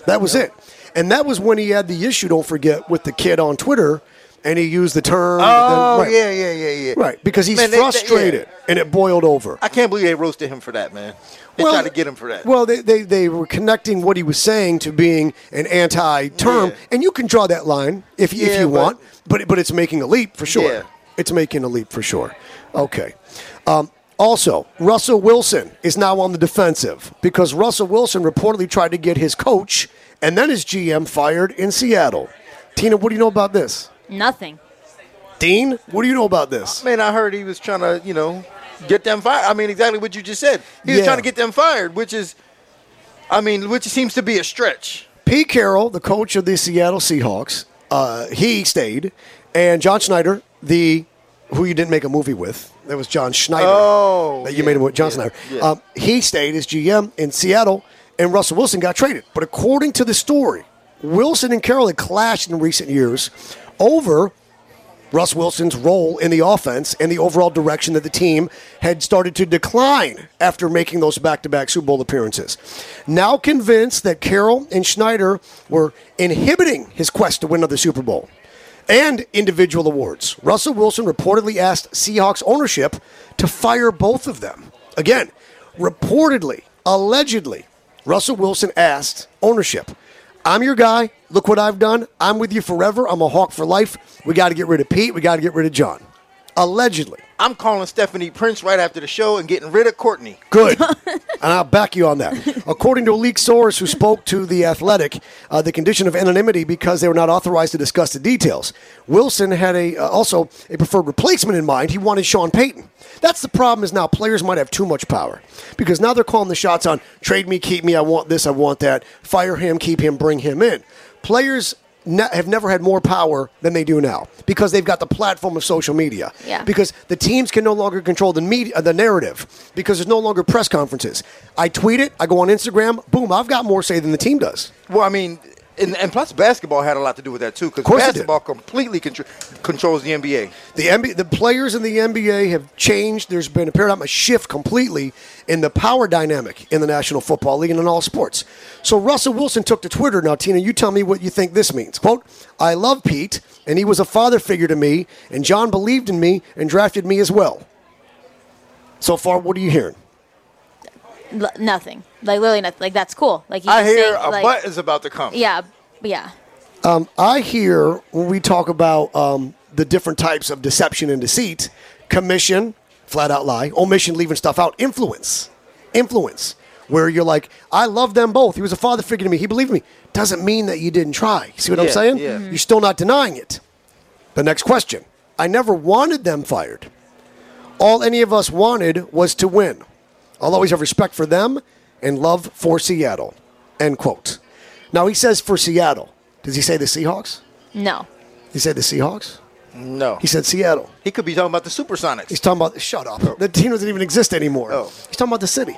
Speaker 3: That was it. And that was when he had the issue, don't forget, with the kid on Twitter and he used the term
Speaker 4: Oh
Speaker 3: the- right,
Speaker 4: yeah, yeah, yeah, yeah.
Speaker 3: Right, because he's
Speaker 4: Man, they- they- yeah.
Speaker 3: frustrated and it boiled over.
Speaker 4: I can't believe they roasted him for that, man. They
Speaker 3: Well,
Speaker 4: tried to get him for that.
Speaker 3: Well, they, they, they were connecting what he was saying to being an anti term,
Speaker 4: Yeah.
Speaker 3: and you can draw that line if, you if
Speaker 4: Yeah,
Speaker 3: you
Speaker 4: but-
Speaker 3: want, but it- but it's making a leap for sure.
Speaker 4: Yeah.
Speaker 3: It's making a leap for sure. Okay. Um, also, Russell Wilson is now on the defensive because Russell Wilson reportedly tried to get his coach and then his GM fired in Seattle. Tina, what do you know about this?
Speaker 5: Nothing.
Speaker 3: Dean, what do you know about this?
Speaker 4: man, I heard he was trying to, you know, get them fired. I mean, exactly what you just said. He was
Speaker 3: Yeah.
Speaker 4: trying to get them fired, which is, I mean, which seems to be a stretch.
Speaker 3: Pete Carroll, the coach of the Seattle Seahawks, uh, he stayed, and John Schneider, the who you didn't make a movie with, that was John Schneider.
Speaker 4: Oh,
Speaker 3: that you made him with John Schneider. Um, he stayed as GM in Seattle, and Russell Wilson got traded. But according to the story, Wilson and Carroll had clashed in recent years over Russ Wilson's role in the offense and the overall direction that the team had started to decline after making those back to back Super Bowl appearances. Now convinced that Carroll and Schneider were inhibiting his quest to win another Super Bowl and individual awards, Russell Wilson reportedly asked Seahawks ownership to fire both of them. Again, reportedly, allegedly, Russell Wilson asked ownership. I'm your guy. Look what I've done. I'm with you forever. I'm a Hawk for life. We got to get rid of Pete. We got to get rid of John. Allegedly.
Speaker 4: I'm calling Stephanie Prince right after the show and getting rid of Courtney.
Speaker 3: Good. and I'll back you on that. According to a leaked source who spoke to The Athletic, uh, the condition of anonymity because they were not authorized to discuss the details. Wilson had a uh, also a preferred replacement in mind. He wanted Sean Payton. That's the problem is now players might have too much power because now they're calling the shots on trade me, keep me, I want this, I want that, fire him, keep him, bring him in. Players ne- have never had more power than they do now because they've got the platform of social media.
Speaker 5: Yeah.
Speaker 3: Because the teams can no longer control the media, uh, the narrative because there's no longer press conferences. I tweet it, I go on Instagram, boom, I've got more say than the team does.
Speaker 4: Well, I mean, and, and plus basketball had a lot to do with that too, because
Speaker 3: course it did.
Speaker 4: basketball completely contr- controls the NBA.
Speaker 3: The NBA, the players in the NBA have changed. There's been a paradigm, a shift completely in the power dynamic in the National Football League and in all sports. So Russell Wilson took to Twitter. Now, Tina, you tell me what you think this means. Quote, I love Pete, and he was a father figure to me, and John believed in me and drafted me as well. So far, what are you hearing?
Speaker 5: L- nothing. Like literally nothing. Like that's cool. Like you
Speaker 4: I
Speaker 5: just
Speaker 4: hear
Speaker 5: say,
Speaker 4: a
Speaker 5: like,
Speaker 4: butt is about to come.
Speaker 5: Yeah. Yeah.
Speaker 3: Um, I hear when we talk about um, the different types of deception and deceit commission, flat out lie, omission, leaving stuff out, influence. Influence, where you're like, I love them both. He was a father figure to me. He believed me. Doesn't mean that you didn't try. See what I'm
Speaker 4: Yeah,
Speaker 3: saying?
Speaker 4: yeah. Mhm.
Speaker 3: You're still not denying it. The next question I never wanted them fired. All any of us wanted was to win. I'll always have respect for them and love for Seattle. End quote. Now he says for Seattle. Does he say the Seahawks?
Speaker 5: No.
Speaker 3: He said the Seahawks?
Speaker 4: No,
Speaker 3: He said Seattle.
Speaker 4: he could be talking about the Supersonics.
Speaker 3: He's talking about shut up. The team doesn't even exist anymore.
Speaker 4: Oh.
Speaker 3: He's talking about the city.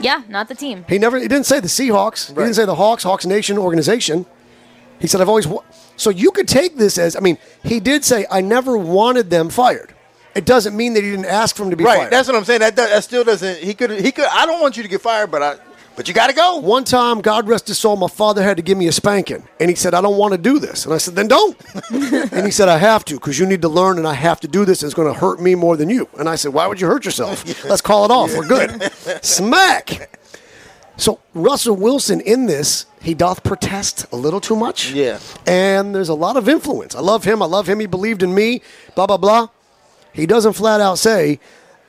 Speaker 5: Yeah. Not the team.
Speaker 3: He never he didn't say the Seahawks. He
Speaker 4: Right.
Speaker 3: didn't say the Hawks, Hawks Nation organization. He said I've always wa-. so you could take this as I mean, he did say I never wanted them fired. it doesn't mean that he didn't ask for him to be
Speaker 4: right.
Speaker 3: fired.
Speaker 4: That's what I'm saying. That, do- that still doesn't. He could. He could. I don't want you to get fired, but I. But you got to go.
Speaker 3: One time, God rest his soul, my father had to give me a spanking. And he said, I don't want to do this. And I said, then don't.
Speaker 4: (laughs)
Speaker 3: and he said, I have to because you need to learn and I have to do this. It's going to hurt me more than you. And I said, why would you hurt
Speaker 4: (laughs)
Speaker 3: yourself? Let's call it off. We're good. Smack. So Russell Wilson in this, he doth protest a little too much.
Speaker 4: Yeah.
Speaker 3: And there's a lot of influence. I love him. I love him. He believed in me. Blah, blah, blah. He doesn't flat out say,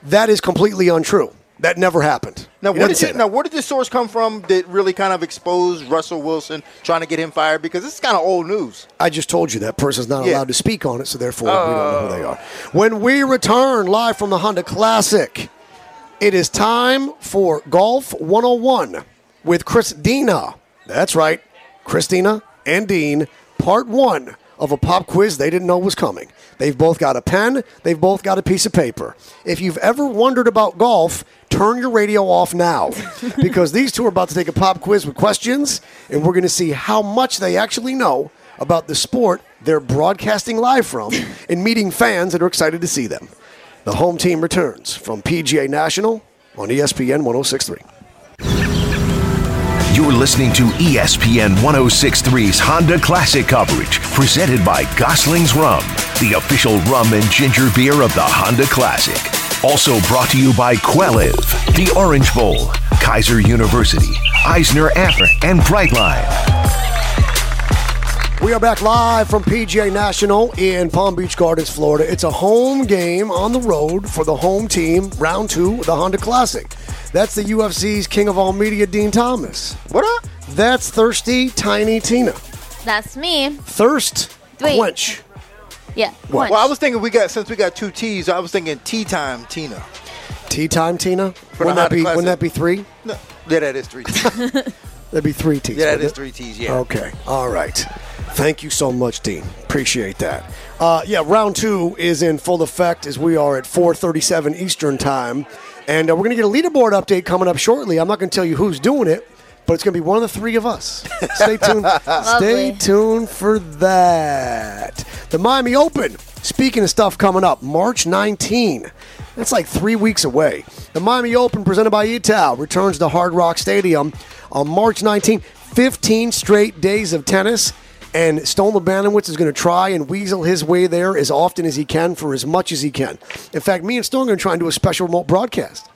Speaker 3: that is completely untrue. That never happened.
Speaker 4: Now,
Speaker 3: He doesn't
Speaker 4: where did
Speaker 3: say
Speaker 4: you,
Speaker 3: that.
Speaker 4: now where did this source come from that really kind of exposed Russell Wilson trying to get him fired? Because this is kind of old news.
Speaker 3: I just told you that person's not
Speaker 4: Yeah.
Speaker 3: allowed to speak on it, so therefore we don't know who they are. When we return live from the Honda Classic, it is time for Golf 101 with Christina. That's right, Christina and Dean, part one of a pop quiz they didn't know was coming. They've both got a pen, they've both got a piece of paper. If you've ever wondered about golf, turn your radio off now because these two are about to take a pop quiz with questions, and we're going to see how much they actually know about the sport they're broadcasting live from and meeting fans that are excited to see them. The home team returns from PGA National on E ESPN 1063.
Speaker 2: You're listening to E ESPN 1063's Honda Classic coverage, presented by Gosling's Rum, the official rum and ginger beer of the Honda Classic. Also brought to you by Quelliv, the Orange Bowl, Kaiser University, Eisner Amper, and Brightline.
Speaker 3: We are back live from PGA National in Palm Beach Gardens, Florida. It's a home game on the road for the home team, round two, of the Honda Classic. That's the UFC's king of all media, Dean Thomas.
Speaker 4: What up?
Speaker 3: That's thirsty, tiny Tina.
Speaker 5: That's me.
Speaker 3: Thirst,
Speaker 5: Wait.
Speaker 3: quench.
Speaker 5: Yeah.
Speaker 3: What?
Speaker 5: What?
Speaker 4: Well, I was thinking we got since we got two T's, I was thinking tea time, Tina.
Speaker 3: Tea time, Tina.
Speaker 4: For the
Speaker 3: Wouldn't that
Speaker 4: Honda
Speaker 3: be?
Speaker 4: Classic.
Speaker 3: Wouldn't that be three?
Speaker 4: No, yeah, that is
Speaker 3: (laughs)
Speaker 4: three. T's. yeah,
Speaker 3: That'd be three teas.
Speaker 4: that
Speaker 3: wouldn't
Speaker 4: is
Speaker 3: it?
Speaker 4: three T's. Yeah.
Speaker 3: Okay. All right. Thank you so much, Dean. Appreciate that. Uh, yeah, round two is in full effect as we are at 4:37 Eastern time, and uh, we're gonna get a leaderboard update coming up shortly. I'm not gonna tell you who's doing it, but it's gonna be one of the three of us. Stay tuned. Stay
Speaker 5: Lovely.
Speaker 3: tuned for that. The Miami Open. Speaking of stuff coming up, March 19. That's like three weeks away. The Miami Open, presented by Utah, returns to Hard Rock Stadium on March 19. 15 straight days of tennis, and Stone LeBanowitz is going to try and weasel his way there as often as he can for as much as he can. In fact, me and Stone are going to try and do a special remote broadcast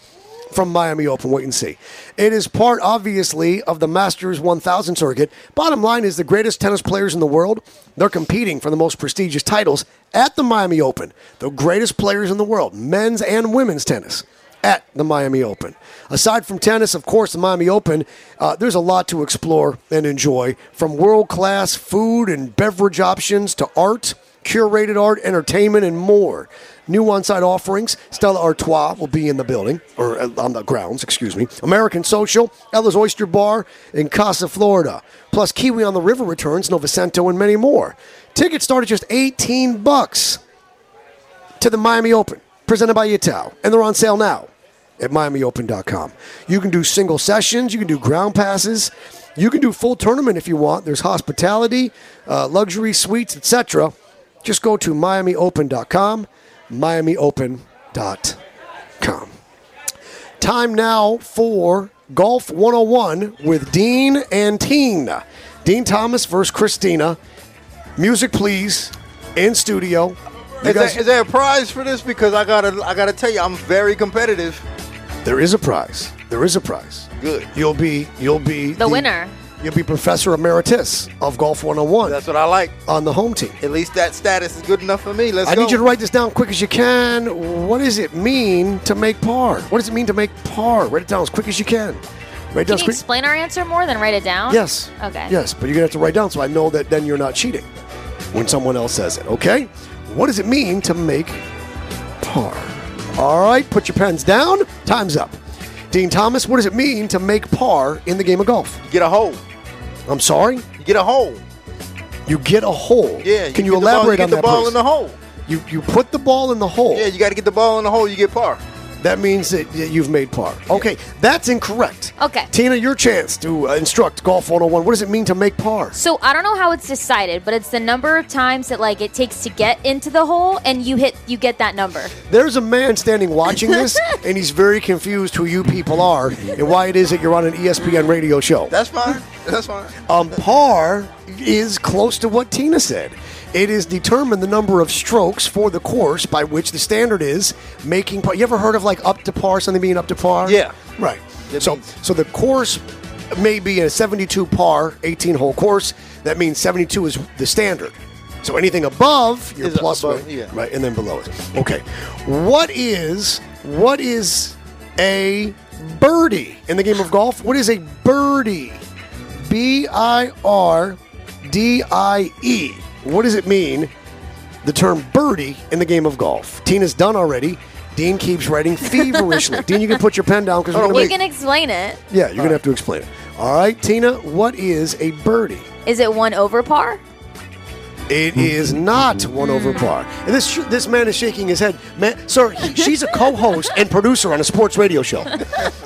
Speaker 3: from Miami Open. Wait and see. It is part, obviously, of the Masters 1000 circuit. Bottom line is the greatest tennis players in the world. They're competing for the most prestigious titles at the Miami Open. The greatest players in the world, men's and women's tennis. At the Miami Open. Aside from tennis, of course, the Miami Open, uh, there's a lot to explore and enjoy from world class food and beverage options to art curated art, entertainment, and more. New on-site offerings. Stella Artois will be in the building or uh, on the grounds. Excuse me. American Social, Ella's Oyster Bar in Casa, Florida. Plus Kiwi on the River returns, Novecento, and many more. Tickets start at just 18 bucks to the Miami Open, presented by Utah, and they're on sale now at MiamiOpen.com. You can do single sessions, you can do ground passes, you can do full tournament if you want. There's hospitality, uh, luxury suites, etc. Just go to MiamiOpen.com, MiamiOpen.com. Time now for Golf 101 with Dean and Teen. Dean Thomas versus Christina. Music, please, in studio. You
Speaker 4: Is, there, is there a prize for this? Because I gotta, I gotta tell you, I'm very competitive.
Speaker 3: There is a prize. There is a prize.
Speaker 4: Good.
Speaker 3: You'll be you'll be
Speaker 5: The winner.
Speaker 3: You'll be Professor Emeritus of Golf 101
Speaker 4: That's what I like.
Speaker 3: on the home team.
Speaker 4: At least that status is good enough for me. Let's
Speaker 3: I
Speaker 4: go.
Speaker 3: need you to write this down quick as you can. What does it mean to make par? What does it mean to make par? Write it down as quick as you can. Write it down
Speaker 5: Can
Speaker 3: as
Speaker 5: you
Speaker 3: quick.
Speaker 5: explain our answer more than write it down?
Speaker 3: Yes.
Speaker 5: Okay.
Speaker 3: Yes, but you're gonna have to write down so I know that then you're not cheating when someone else says it. Okay. What does it mean to make par? All right. Put your pens down. Time's up. Dean Thomas, what does it mean to make par in the game of golf?
Speaker 4: get a hole.
Speaker 3: I'm sorry.
Speaker 4: You get a hole.
Speaker 3: You get a hole.
Speaker 4: Yeah.
Speaker 3: Can you,
Speaker 4: get the ball-
Speaker 3: elaborate
Speaker 4: you
Speaker 3: on that?
Speaker 4: get the ball
Speaker 3: please?
Speaker 4: in the hole?
Speaker 3: You you put the ball in the hole.
Speaker 4: Yeah, you got to get the ball in the hole. You get par.
Speaker 3: That means that y- you've made par. Okay, that's incorrect.
Speaker 5: Okay.
Speaker 3: Tina, your chance to uh, instruct Golf 101. What does it mean to make par?
Speaker 5: So I don't know how it's decided, but it's the number of times that like it takes to get into the hole, and you hit you get that number.
Speaker 3: There's a man standing watching this, and he's very confused who you people are and why it is that you're on an E ESPN radio show.
Speaker 4: That's fine. That's fine.
Speaker 3: Um, par is close to what Tina said. It is determined the number of strokes for the course by which the standard is making par. You ever heard of like up to par, something being up to par?
Speaker 4: Yeah.
Speaker 3: Right.
Speaker 4: That
Speaker 3: so
Speaker 4: means-
Speaker 3: so the course may be a 72 par 18 hole course. That means 72 is the standard. So anything above, you're
Speaker 4: Is
Speaker 3: plus
Speaker 4: above,
Speaker 3: one,
Speaker 4: yeah.
Speaker 3: right, and then below it. Okay. What is what is a birdie in the game of golf? What is a birdie? B I R D I E. What does it mean? The term birdie in the game of golf. Tina's done already. Dean keeps writing
Speaker 5: (laughs)
Speaker 3: feverishly. Dean, you can put your pen down because
Speaker 4: Oh,
Speaker 3: we're
Speaker 5: You
Speaker 3: gonna make-
Speaker 5: can explain it.
Speaker 3: yeah, you're gonna have to explain it. All right, Tina, what is a birdie?
Speaker 5: Is it one over par?
Speaker 3: It is not one over par. And this this man is shaking his head. Man, sir, he- she's a co-host and producer on a sports radio show.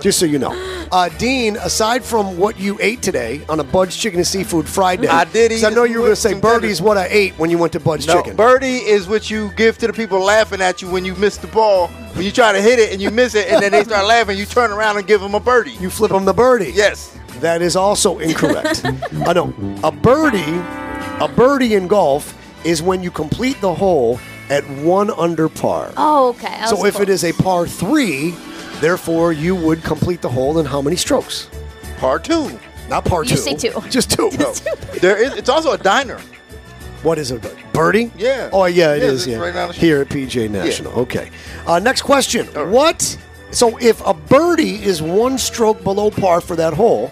Speaker 3: Just so you know, uh, Dean. Aside from what you ate today on a Bud's Chicken and Seafood Friday,
Speaker 4: I did eat
Speaker 3: 'cause I know
Speaker 4: some
Speaker 3: you were going to
Speaker 4: good-
Speaker 3: say
Speaker 4: some tenders.
Speaker 3: birdie's what I ate when you went to Bud's
Speaker 4: No,
Speaker 3: Chicken.
Speaker 4: birdie is what you give to the people laughing at you when you miss the ball. When you try to hit it and you miss it,
Speaker 3: (laughs)
Speaker 4: and then they start laughing, you turn around and give them a birdie.
Speaker 3: you flip him the birdie.
Speaker 4: yes.
Speaker 3: That is also
Speaker 4: (laughs)
Speaker 3: incorrect. I know. A birdie, a birdie in golf is when you complete the hole at one under par.
Speaker 5: Oh, okay. I
Speaker 3: So
Speaker 5: was
Speaker 3: if it is a par three, therefore you would complete the hole in how many strokes?
Speaker 4: Part two.
Speaker 3: Not par
Speaker 5: You
Speaker 3: two.
Speaker 5: say two.
Speaker 3: (laughs) Just
Speaker 5: (laughs)
Speaker 3: two. Oh.
Speaker 4: There is. It's also a diner.
Speaker 3: What is it? Birdie?
Speaker 4: Yeah.
Speaker 3: Oh yeah, it
Speaker 4: Yeah,
Speaker 3: is.
Speaker 4: it's
Speaker 3: Yeah.
Speaker 4: right down the street.
Speaker 3: Here at PJ National. Okay. Uh, next question. What? So if a birdie is one stroke below par for that hole,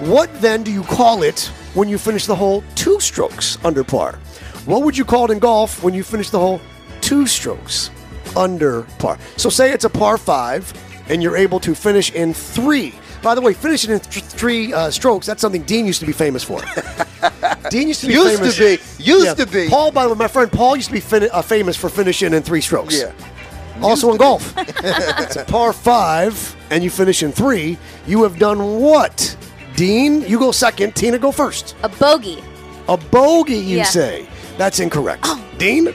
Speaker 3: what then do you call it when you finish the hole two strokes under par? What would you call it in golf when you finish the hole two strokes under par? So say it's a par five, and you're able to finish in three. By the way, finishing in th- three uh, strokes—that's something Dean used to be famous for. (laughs) Dean used to be
Speaker 4: Used
Speaker 3: famous.
Speaker 4: to be. Used to be.
Speaker 3: Paul, Oh, by the way, my friend Paul used to be fin- uh, famous for finishing in three strokes.
Speaker 4: Yeah.
Speaker 3: Also in
Speaker 4: (laughs)
Speaker 3: golf. it's a par five, and you finish in three. You have done what? Dean, you go second. Tina, go first.
Speaker 5: a bogey.
Speaker 3: A bogey, you
Speaker 5: Yeah. Oh.
Speaker 3: say. That's incorrect. Dean,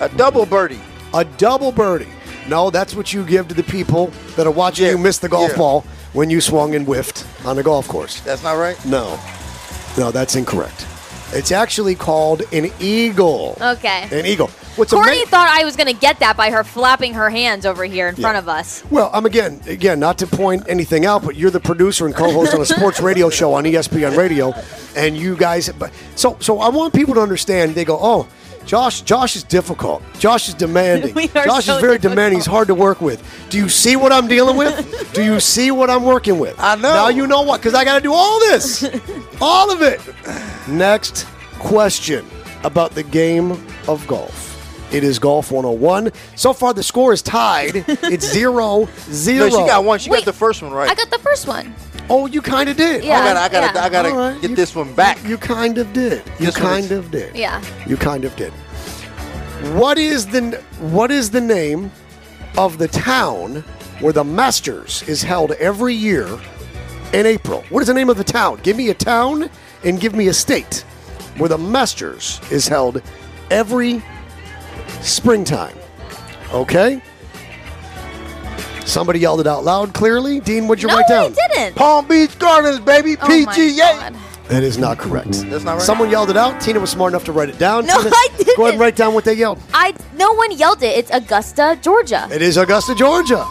Speaker 4: A double birdie.
Speaker 3: a double birdie. No, that's what you give to the people that are watching
Speaker 4: Yeah.
Speaker 3: you miss the golf
Speaker 4: Yeah.
Speaker 3: ball when you swung and whiffed on the golf course.
Speaker 4: That's not right.
Speaker 3: No. No, that's incorrect. It's actually called an eagle.
Speaker 5: Okay.
Speaker 3: An eagle. What's
Speaker 5: Courtney
Speaker 3: ama-
Speaker 5: thought I was gonna get that by her flapping her hands over here in front of us.
Speaker 3: Well, I'm again, again, not to point anything out, but you're the producer and co-host on a sports radio show on E ESPN Radio, and you guys. But so, so I want people to understand. They go, oh. Josh, Josh is difficult. Josh is demanding.
Speaker 5: (laughs) We are
Speaker 3: Josh
Speaker 5: so
Speaker 3: is very
Speaker 5: difficult.
Speaker 3: demanding. He's hard to work with. Do you see what I'm dealing with? do you see what I'm working with?
Speaker 4: I know.
Speaker 3: Now you know what, because I got to do all this,
Speaker 5: (laughs)
Speaker 3: all of it. Next question about the game of golf. It is Golf 101. So far, the score is tied.
Speaker 4: (laughs)
Speaker 3: It's zero zero.
Speaker 4: No, she got one. She got
Speaker 5: Wait.
Speaker 4: the first one right.
Speaker 5: I got the first one.
Speaker 3: Oh, you kind of did.
Speaker 5: Yeah.
Speaker 4: I gotta, I gotta,
Speaker 5: yeah.
Speaker 4: I gotta
Speaker 3: All right,
Speaker 4: get
Speaker 3: you-
Speaker 4: this one back.
Speaker 3: You kind of did. You
Speaker 4: This one
Speaker 3: kind
Speaker 4: is-
Speaker 3: of did.
Speaker 5: Yeah.
Speaker 3: You kind of did. What is the n- What is the name of the town where the Masters is held every year in April? What is the name of the town? Give me a town and give me a state where the Masters is held every springtime. Okay. Somebody yelled it out loud. Clearly, Dean, what'd you
Speaker 5: no,
Speaker 3: write down?
Speaker 5: I didn't.
Speaker 4: Palm Beach Gardens, baby.
Speaker 5: Oh my
Speaker 4: PGA.
Speaker 5: God.
Speaker 3: That is not correct. That's
Speaker 4: not right.
Speaker 3: Someone yelled it out. Tina was smart enough to write it down.
Speaker 5: No,
Speaker 3: Tina,
Speaker 5: I
Speaker 3: Go ahead and
Speaker 5: didn't.
Speaker 3: write down what they yelled.
Speaker 5: I no one yelled it. It's Augusta, Georgia.
Speaker 3: It is Augusta, Georgia.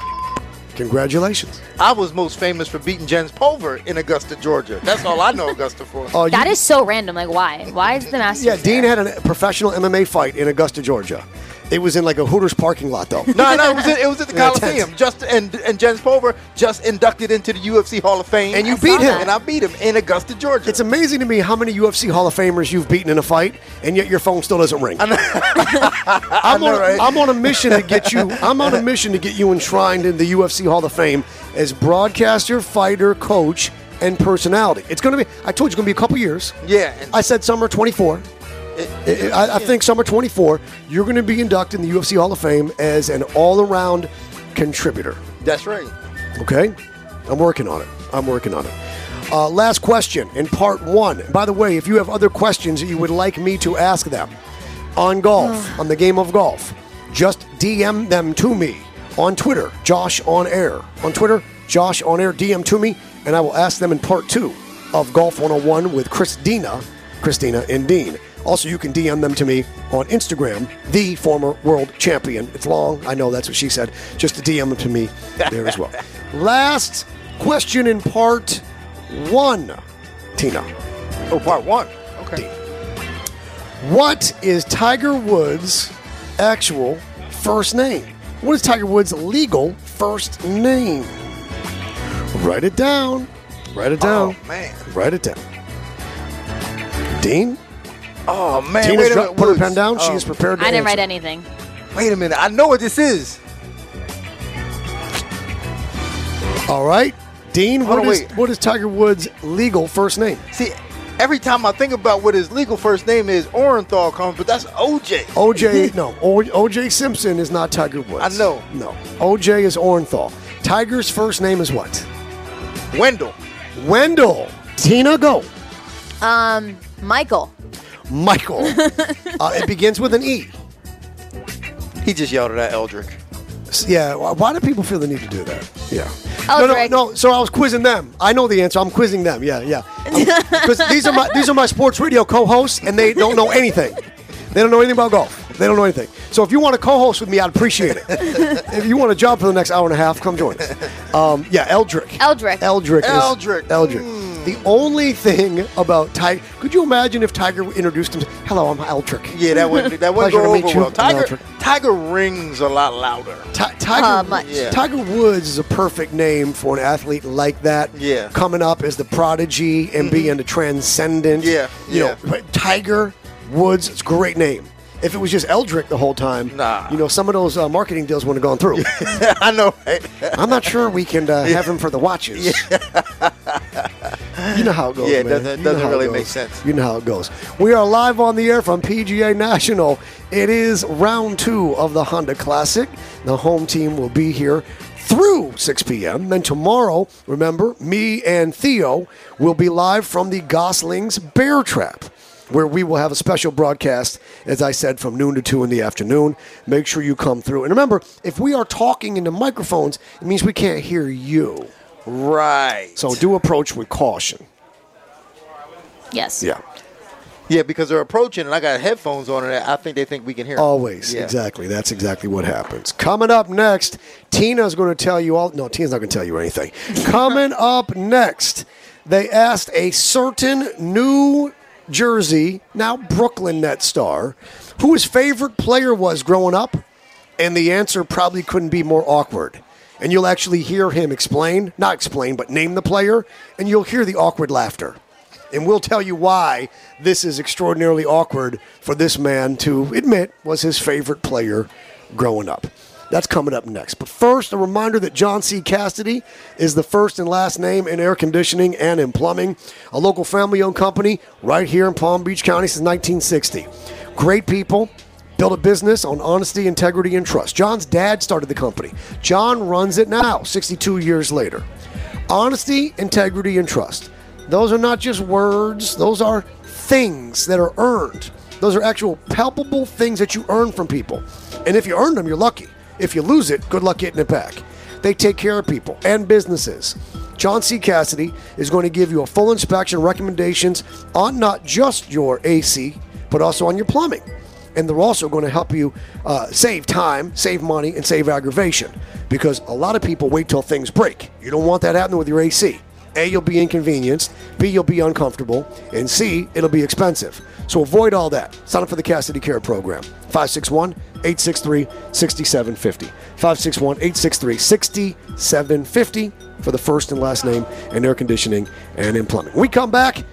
Speaker 3: Congratulations.
Speaker 4: I was most famous for beating Jens Pulver in Augusta, Georgia. That's all I know Augusta for.
Speaker 3: (laughs) Oh, you-
Speaker 5: That is so random. Like why? Why is the Masters?
Speaker 3: Yeah, Dean
Speaker 5: there?
Speaker 3: had a professional MMA fight in Augusta, Georgia. It was in like a Hooters parking lot,
Speaker 5: (laughs)
Speaker 3: though.
Speaker 4: No, no, it was at, it was at the (laughs)
Speaker 3: Yeah, tense.
Speaker 4: Coliseum. Just and and Jens Pulver just inducted into the UFC Hall of Fame.
Speaker 3: And you
Speaker 5: I beat saw him. that.
Speaker 4: and I beat him in Augusta, Georgia.
Speaker 3: It's amazing to me how many UFC Hall of Famers you've beaten in a fight, and yet your phone still doesn't ring. (laughs) I'm, on,
Speaker 4: right?
Speaker 3: I'm on a mission to get you. I'm on a mission to get you enshrined in the UFC Hall of Fame as broadcaster, fighter, coach, and personality. It's going to be. I told you, it's going to be a couple years.
Speaker 4: Yeah, and-
Speaker 3: I said summer 24. I- I, I think summer 24. You're going to be inducted in the UFC Hall of Fame as an all-around contributor.
Speaker 4: That's right.
Speaker 3: Okay? I'm working on it. I'm working on it. Uh, last question in part one. By the way, if you have other questions that you would like me to ask them on golf, on the game of golf, just DM them to me on Twitter, Josh on Air. On Twitter, Josh on Air, DM to me, and I will ask them in part two of Golf 101 with Christina, Christina and Dean. Also, you can DM them to me on Instagram, the former world champion. It's long, I know that's what she said. Just to DM them to me there
Speaker 4: (laughs)
Speaker 3: as well. Last question in part one, Tina.
Speaker 4: Oh, part one. Okay.
Speaker 3: What is Tiger Woods' actual first name? What is Tiger Woods' legal first name? Write it down. Write it down.
Speaker 4: Oh man.
Speaker 3: Write it down. Dean?
Speaker 4: Oh man.
Speaker 3: Tina's
Speaker 4: Wait a
Speaker 3: dro-
Speaker 4: minute,
Speaker 3: put her
Speaker 4: Woods.
Speaker 3: pen down. She
Speaker 4: Oh,
Speaker 3: is prepared to
Speaker 5: I didn't write
Speaker 3: answer.
Speaker 5: anything.
Speaker 4: Wait a minute. I know what this is.
Speaker 3: All right. Dean,
Speaker 4: Hold
Speaker 3: what
Speaker 4: on,
Speaker 3: is,
Speaker 4: wait.
Speaker 3: what is Tiger Woods' legal first name?
Speaker 4: See, every time I think about what his legal first name is, Orenthal comes, but that's OJ.
Speaker 3: Oh.
Speaker 4: (laughs)
Speaker 3: OJ, no. O- OJ Simpson is not Tiger Woods.
Speaker 4: I know.
Speaker 3: No. OJ is Orenthal. Tiger's first name is what?
Speaker 4: Wendell.
Speaker 3: Wendell. Tina, go.
Speaker 5: Um, Michael. (laughs)
Speaker 3: Michael. uh, it begins with an E.
Speaker 4: He just yelled at Eldrick.
Speaker 3: S- Yeah, wh- why do people feel the need to do that? Yeah.
Speaker 5: Eldrick.
Speaker 3: No, no, no. So I was quizzing them. I know the answer. I'm quizzing them. Yeah, yeah. Because these are my these are my sports radio co-hosts, and they don't know anything. They don't know anything about golf. They don't know anything. So if you want to co-host with me, I'd appreciate it. if you want a job for the next hour and a half, come join us. Um, yeah, Eldrick.
Speaker 5: Eldrick.
Speaker 3: Eldrick. is-
Speaker 4: Eldrick. Hmm.
Speaker 3: Eldrick. The only thing about Tiger, could you imagine if Tiger introduced himself? Hello, I'm Eldrick.
Speaker 4: Yeah, that wouldn't that wouldn't
Speaker 3: Pleasure to
Speaker 4: go
Speaker 3: meet
Speaker 4: over
Speaker 3: you,
Speaker 4: well. Tiger
Speaker 3: Eldrick.
Speaker 4: Tiger rings a lot louder. (laughs)
Speaker 3: Ti- Tiger,
Speaker 5: Uh, much.
Speaker 4: Yeah.
Speaker 3: Tiger Woods is a perfect name for an athlete like that.
Speaker 4: Yeah. Mm-hmm.
Speaker 3: Coming up as the prodigy and being the transcendent.
Speaker 4: Yeah,
Speaker 3: You
Speaker 4: yeah.
Speaker 3: know, but Tiger Woods, it's a great name. If it was just Eldrick the whole time,
Speaker 4: Nah.
Speaker 3: you know, some of those uh, marketing deals wouldn't have gone through.
Speaker 4: (laughs) I know, right?
Speaker 3: I'm not sure we can uh, have him for the watches. you know how it goes.
Speaker 4: Yeah, it
Speaker 3: man.
Speaker 4: doesn't-
Speaker 3: You know
Speaker 4: doesn't
Speaker 3: how it
Speaker 4: really
Speaker 3: goes.
Speaker 4: make sense.
Speaker 3: You know how it goes. We are live on the air from PGA National. It is round two of the Honda Classic. The home team will be here through 6 p.m. Then tomorrow, remember, me and Theo will be live from the Goslings Bear Trap where we will have a special broadcast, as I said, from noon to two in the afternoon. Make sure you come through. And remember, if we are talking into microphones, it means we can't hear you.
Speaker 4: Right.
Speaker 3: So do approach with caution.
Speaker 5: Yes.
Speaker 3: Yeah.
Speaker 4: Yeah, because they're approaching, and I got headphones on, and I think they think we can hear. 'em.
Speaker 3: Always.
Speaker 4: Yeah.
Speaker 3: Exactly. That's exactly what happens. Coming up next, Tina's going to tell you all. No, Tina's not going to tell you anything. Coming up next, they asked a certain New Jersey, now Brooklyn Net star, who his favorite player was growing up, and the answer probably couldn't be more awkward. And you'll actually hear him explain, not explain, but name the player, and you'll hear the awkward laughter. And we'll tell you why this is extraordinarily awkward for this man to admit was his favorite player growing up. That's coming up next. But first, a reminder that John C. Cassidy is the first and last name in air conditioning and in plumbing, a local family owned company right here in Palm Beach County since 1960. Great people, Built a business on honesty, integrity, and trust. John's dad started the company. John runs it now, 62 years later. Honesty, integrity, and trust. Those are not just words, those are things that are earned. Those are actual palpable things that you earn from people. And if you earn them, you're lucky. If you lose it, good luck getting it back. They take care of people and businesses. John C. Cassidy is going to give you a full inspection recommendations on not just your AC, but also on your plumbing. And they're also going to help you uh, save time, save money, and save aggravation because a lot of people wait till things break. You don't want that happening with your AC. A, you'll be inconvenienced. B, you'll be uncomfortable. And C, it'll be expensive. So avoid all that. Sign up for the Cassidy Care Program. 561 863 6750. 561 863 6750 for the first and last name in air conditioning and in plumbing. When we come back.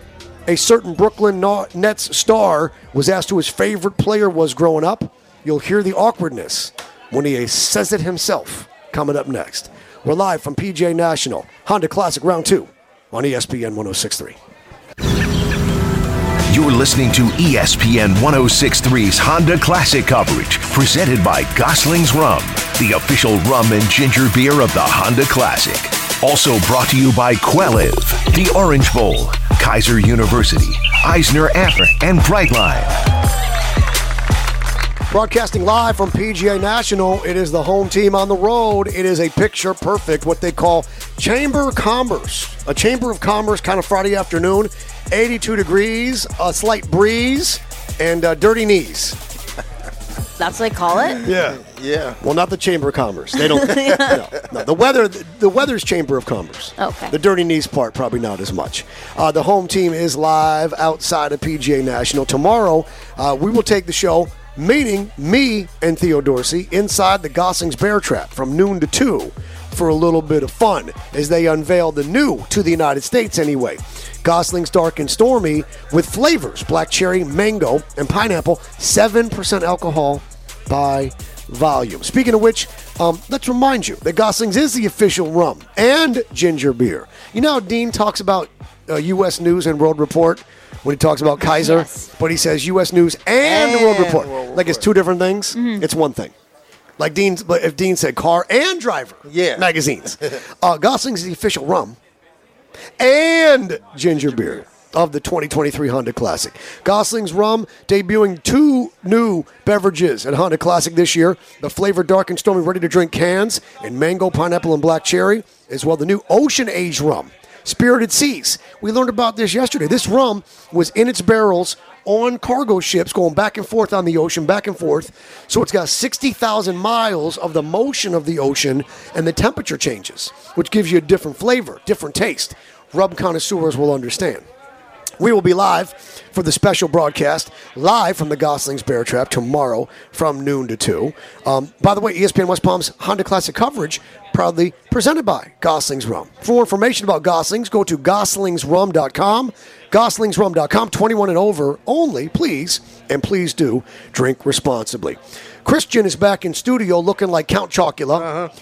Speaker 3: A certain Brooklyn Na- Nets star was asked who his favorite player was growing up. You'll hear the awkwardness when he says it himself coming up next. We're live from PJ National, Honda Classic Round 2 on E ESPN 1063.
Speaker 2: You're listening to E oh ESPN 1063's Honda Classic coverage, presented by Gosling's Rum. the official rum and ginger beer of the Honda Classic. Also brought to you by Quelliv, the Orange Bowl, Kaiser University, Eisner Affer, and Brightline.
Speaker 3: Broadcasting live from PGA National, it is the home team on the road. It is a picture perfect, what they call Chamber of Commerce. A Chamber of Commerce kind of Friday afternoon, 82 degrees, a slight breeze, and uh, dirty knees.
Speaker 5: That's what they call it.
Speaker 3: Yeah.
Speaker 4: Yeah.
Speaker 3: Well, not the Chamber of Commerce. They
Speaker 6: (laughs)
Speaker 3: don't. no, no, the weather. The weather's Chamber of Commerce.
Speaker 5: Okay.
Speaker 3: The dirty knees part probably not as much. Uh, the home team is live outside of PGA National tomorrow. Uh, we will take the show meeting me and Theo Dorsey inside the Goslings Bear Trap from noon to two for a little bit of fun as they unveil the new to the United States anyway. Gosling's Dark and Stormy with flavors black cherry, mango, and pineapple, 7% alcohol by volume. Speaking of which, um, let's remind you that Gosling's is the official rum and ginger beer. You know how Dean talks about uh, U.S. News and World Report when he talks about Kaiser, but he says U.S. News and, the World
Speaker 4: And
Speaker 3: Report.
Speaker 4: World Mm-hmm.
Speaker 3: like it's two different things. It's one thing. Like Dean's, but if Dean said car and driver,
Speaker 4: Yeah. (laughs)
Speaker 3: magazines. uh, Gosling's is the official rum and ginger beer of the 2023 Honda Classic. Gosling's Rum debuting two new beverages at Honda Classic this year the flavored dark and stormy ready to drink cans and mango, pineapple, and black cherry, as well the new Ocean Age Rum, Spirited Seas. We learned about this yesterday. This rum was in its barrels on cargo ships going back and forth on the ocean, back and forth. So it's got 60,000 miles of the motion of the ocean and the temperature changes, which gives you a different flavor, different taste. Rub connoisseurs will understand. We will be live for the special broadcast, live from the Goslings Bear Trap tomorrow from noon to 2. Um, by the way, ESPN West Palm's Honda Classic coverage proudly presented by Goslings Rum. For more information about Goslings, go to goslingsrum.com, goslingsrum.com, 21 and over only, please, and please do drink responsibly. Christian is back in studio looking like Count Chocula.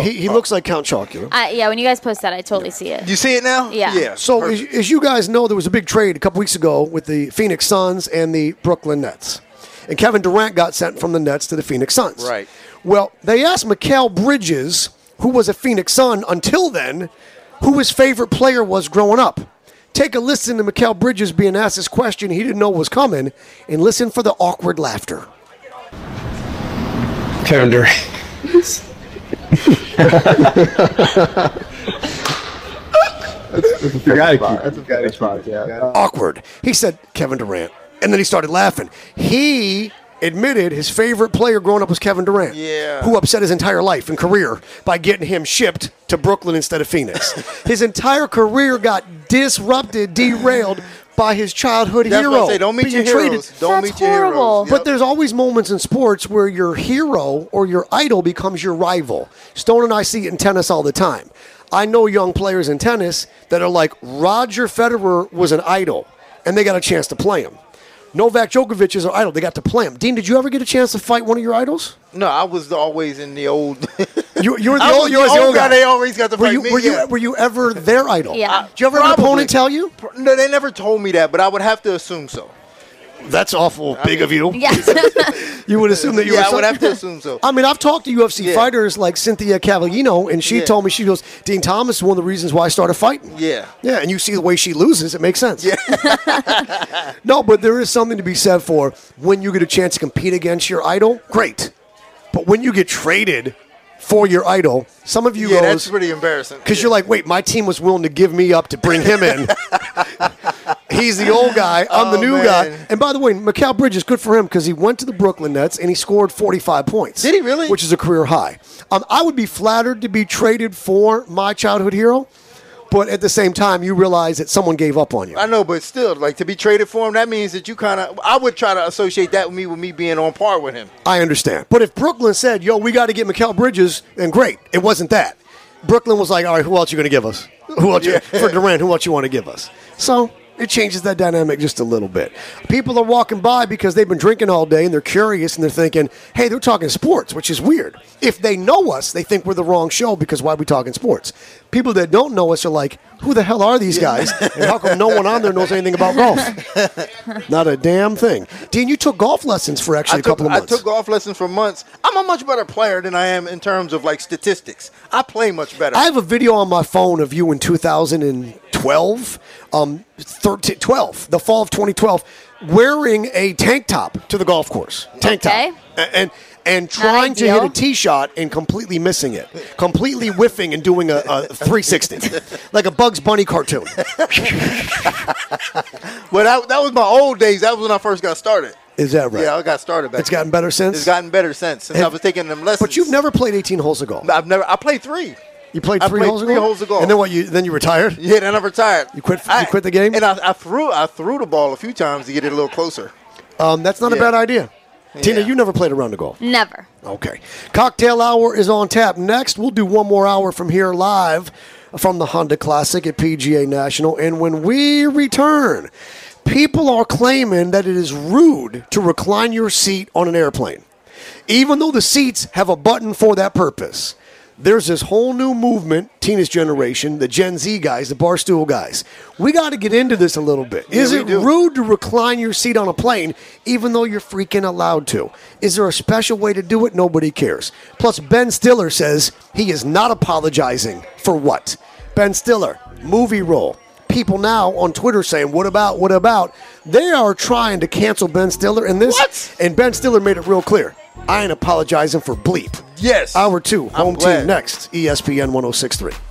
Speaker 3: he he looks like Count Chocula.
Speaker 5: I, Uh, yeah, when you guys post that, I totally see it.
Speaker 4: You see it now?
Speaker 5: Yeah.
Speaker 4: Yeah.
Speaker 3: So, as, as you guys know, there was a big trade a couple weeks ago with the Phoenix Suns and the Brooklyn Nets. And Kevin Durant got sent from the Nets to the Phoenix Suns.
Speaker 4: Right.
Speaker 3: Well, they asked Mikael Bridges, who was a Phoenix Sun until then, who his favorite player was growing up. Take a listen to Mikael Bridges being asked this question he didn't know was coming, and listen for the awkward laughter.
Speaker 11: Kevin Durant.
Speaker 12: You gotta keep. That's a good spot. Yeah.
Speaker 3: awkward. He said Kevin Durant, and then he started laughing. He admitted his favorite player growing up was Kevin Durant,
Speaker 4: Yeah.
Speaker 3: who upset his entire life and career by getting him shipped to Brooklyn instead of
Speaker 4: (laughs)
Speaker 3: Phoenix. his entire career got disrupted, derailed by his childhood
Speaker 4: That's what I
Speaker 3: hero.
Speaker 4: say. Don't meet
Speaker 3: being
Speaker 4: your heroes.
Speaker 3: traded.
Speaker 4: Don't
Speaker 5: That's
Speaker 4: meet your heroes.
Speaker 5: horrible.
Speaker 3: But there's always moments in sports where your hero or your idol becomes your rival. Stone and I see it in tennis all the time. I know young players in tennis that are like Roger Federer was an idol, and they got a chance to play him. Novak Djokovic is an idol; they got to play him. Dean, did you ever get a chance to fight one of your idols?
Speaker 4: No, I was always in the old. (laughs)
Speaker 3: You, you were the
Speaker 4: I was
Speaker 3: old, you were the old guy.
Speaker 4: They always got to
Speaker 3: were
Speaker 4: fight
Speaker 3: you,
Speaker 4: me.
Speaker 3: were,
Speaker 4: yeah.
Speaker 3: you, were you ever their idol?
Speaker 5: Yeah.
Speaker 3: Did you ever have an
Speaker 4: Probably.
Speaker 3: opponent tell you?
Speaker 4: No, they never told me that, but I would have to assume so.
Speaker 3: That's awful big of you.
Speaker 5: Yes.
Speaker 3: You would assume that you
Speaker 4: yeah,
Speaker 3: were
Speaker 4: I would
Speaker 3: some-
Speaker 4: have to
Speaker 3: (laughs)
Speaker 4: assume so.
Speaker 3: I mean, I've talked to UFC
Speaker 4: Yeah.
Speaker 3: fighters like Cynthia Cavallino, and she
Speaker 4: Yeah.
Speaker 3: told me she goes, Dean Thomas is one of the reasons why I started fighting.
Speaker 4: Yeah.
Speaker 3: Yeah, and you see the way she loses, it makes sense. Yeah. (laughs) no, but there is something to be said for when you get a chance to compete against your idol, great. But when you get traded for your idol, some of you
Speaker 4: yeah,
Speaker 3: goes
Speaker 4: that's pretty embarrassing.
Speaker 3: because you're like, wait, my team was willing to give me up to bring him in. (laughs) He's the old guy. I'm the
Speaker 4: Oh,
Speaker 3: new
Speaker 4: man.
Speaker 3: guy. And by the way, Mikael Bridges, good for him because he went to the Brooklyn Nets and he scored 45 points.
Speaker 4: Did he really?
Speaker 3: Which is a career high. Um, I would be flattered to be traded for my childhood hero, but at the same time, you realize that someone gave up on you.
Speaker 4: I know, but still, like to be traded for him, that means that you kind of. I would try to associate that with me with me being on par with him.
Speaker 3: I understand. But if Brooklyn said, yo, we got to get Mikael Bridges, then great. It wasn't that. (laughs) Brooklyn was like, all right, who else you going to give us? Who else you, for Durant, who else you want to give us? So It changes that dynamic just a little bit. People are walking by because they've been drinking all day and they're curious and they're thinking, hey, they're talking sports, which is weird. If they know us, they think we're the wrong show because why are we talking sports? People that don't know us are like, who the hell are these guys? and how come no one on there knows anything about
Speaker 4: (laughs)
Speaker 3: golf? Not a damn thing. Dean, you took golf lessons for actually a
Speaker 4: took-
Speaker 3: couple of months.
Speaker 4: I took golf lessons for months. I'm a much better player than I am in terms of like statistics. I play much better.
Speaker 3: I have a video on my phone of you in 2012, um, 13, 12, the fall of 2012, wearing a tank top to the golf course. Tank
Speaker 5: Okay.
Speaker 3: top. A- And and trying to hit
Speaker 5: ideal.
Speaker 3: a tee shot and completely missing it, completely whiffing and doing a, a
Speaker 5: (laughs)
Speaker 3: 360, like a Bugs Bunny cartoon.
Speaker 4: well, that, that was my old days. That was when I first got started.
Speaker 3: Is that right?
Speaker 4: Yeah, I got started back.
Speaker 3: It's gotten better since?
Speaker 4: It's gotten better since. Since I
Speaker 3: Have-
Speaker 4: was taking them lessons.
Speaker 3: But you've never played 18 holes of golf.
Speaker 4: I've never. I played three.
Speaker 3: You played
Speaker 4: I
Speaker 3: three
Speaker 4: played
Speaker 3: holes of
Speaker 4: three
Speaker 3: golf?
Speaker 4: holes of golf.
Speaker 3: And then what? You then you retired?
Speaker 4: Yeah, then I retired. You
Speaker 3: quit. you quit the game.
Speaker 4: And I, I threw. I threw the ball a few times to get it a little closer.
Speaker 3: Um, that's not a
Speaker 4: Yeah.
Speaker 3: bad idea. Tina, you never played a round of golf.
Speaker 5: (laughs) Never.
Speaker 3: Okay. Cocktail hour is on tap. Next, we'll do one more hour from here live from the Honda Classic at PGA National. And when we return, people are claiming that it is rude to recline your seat on an airplane, even though the seats have a button for that purpose. There's this whole new movement, Tina's generation, the Gen Z guys, the barstool guys. We got to get into this a little bit. Is it rude to recline your seat on a plane, even though you're freaking allowed to? Is there a special way to do it? Nobody cares. Plus, Ben Stiller says he is not apologizing for what? Ben Stiller, movie role. People now on Twitter saying, "What about? What about?" They are trying to cancel Ben Stiller, and this and Ben Stiller made it real clear. I ain't apologizing for bleep.
Speaker 4: Yes.
Speaker 3: Hour two, home E
Speaker 4: glad.
Speaker 3: oh team next, ESPN 1063.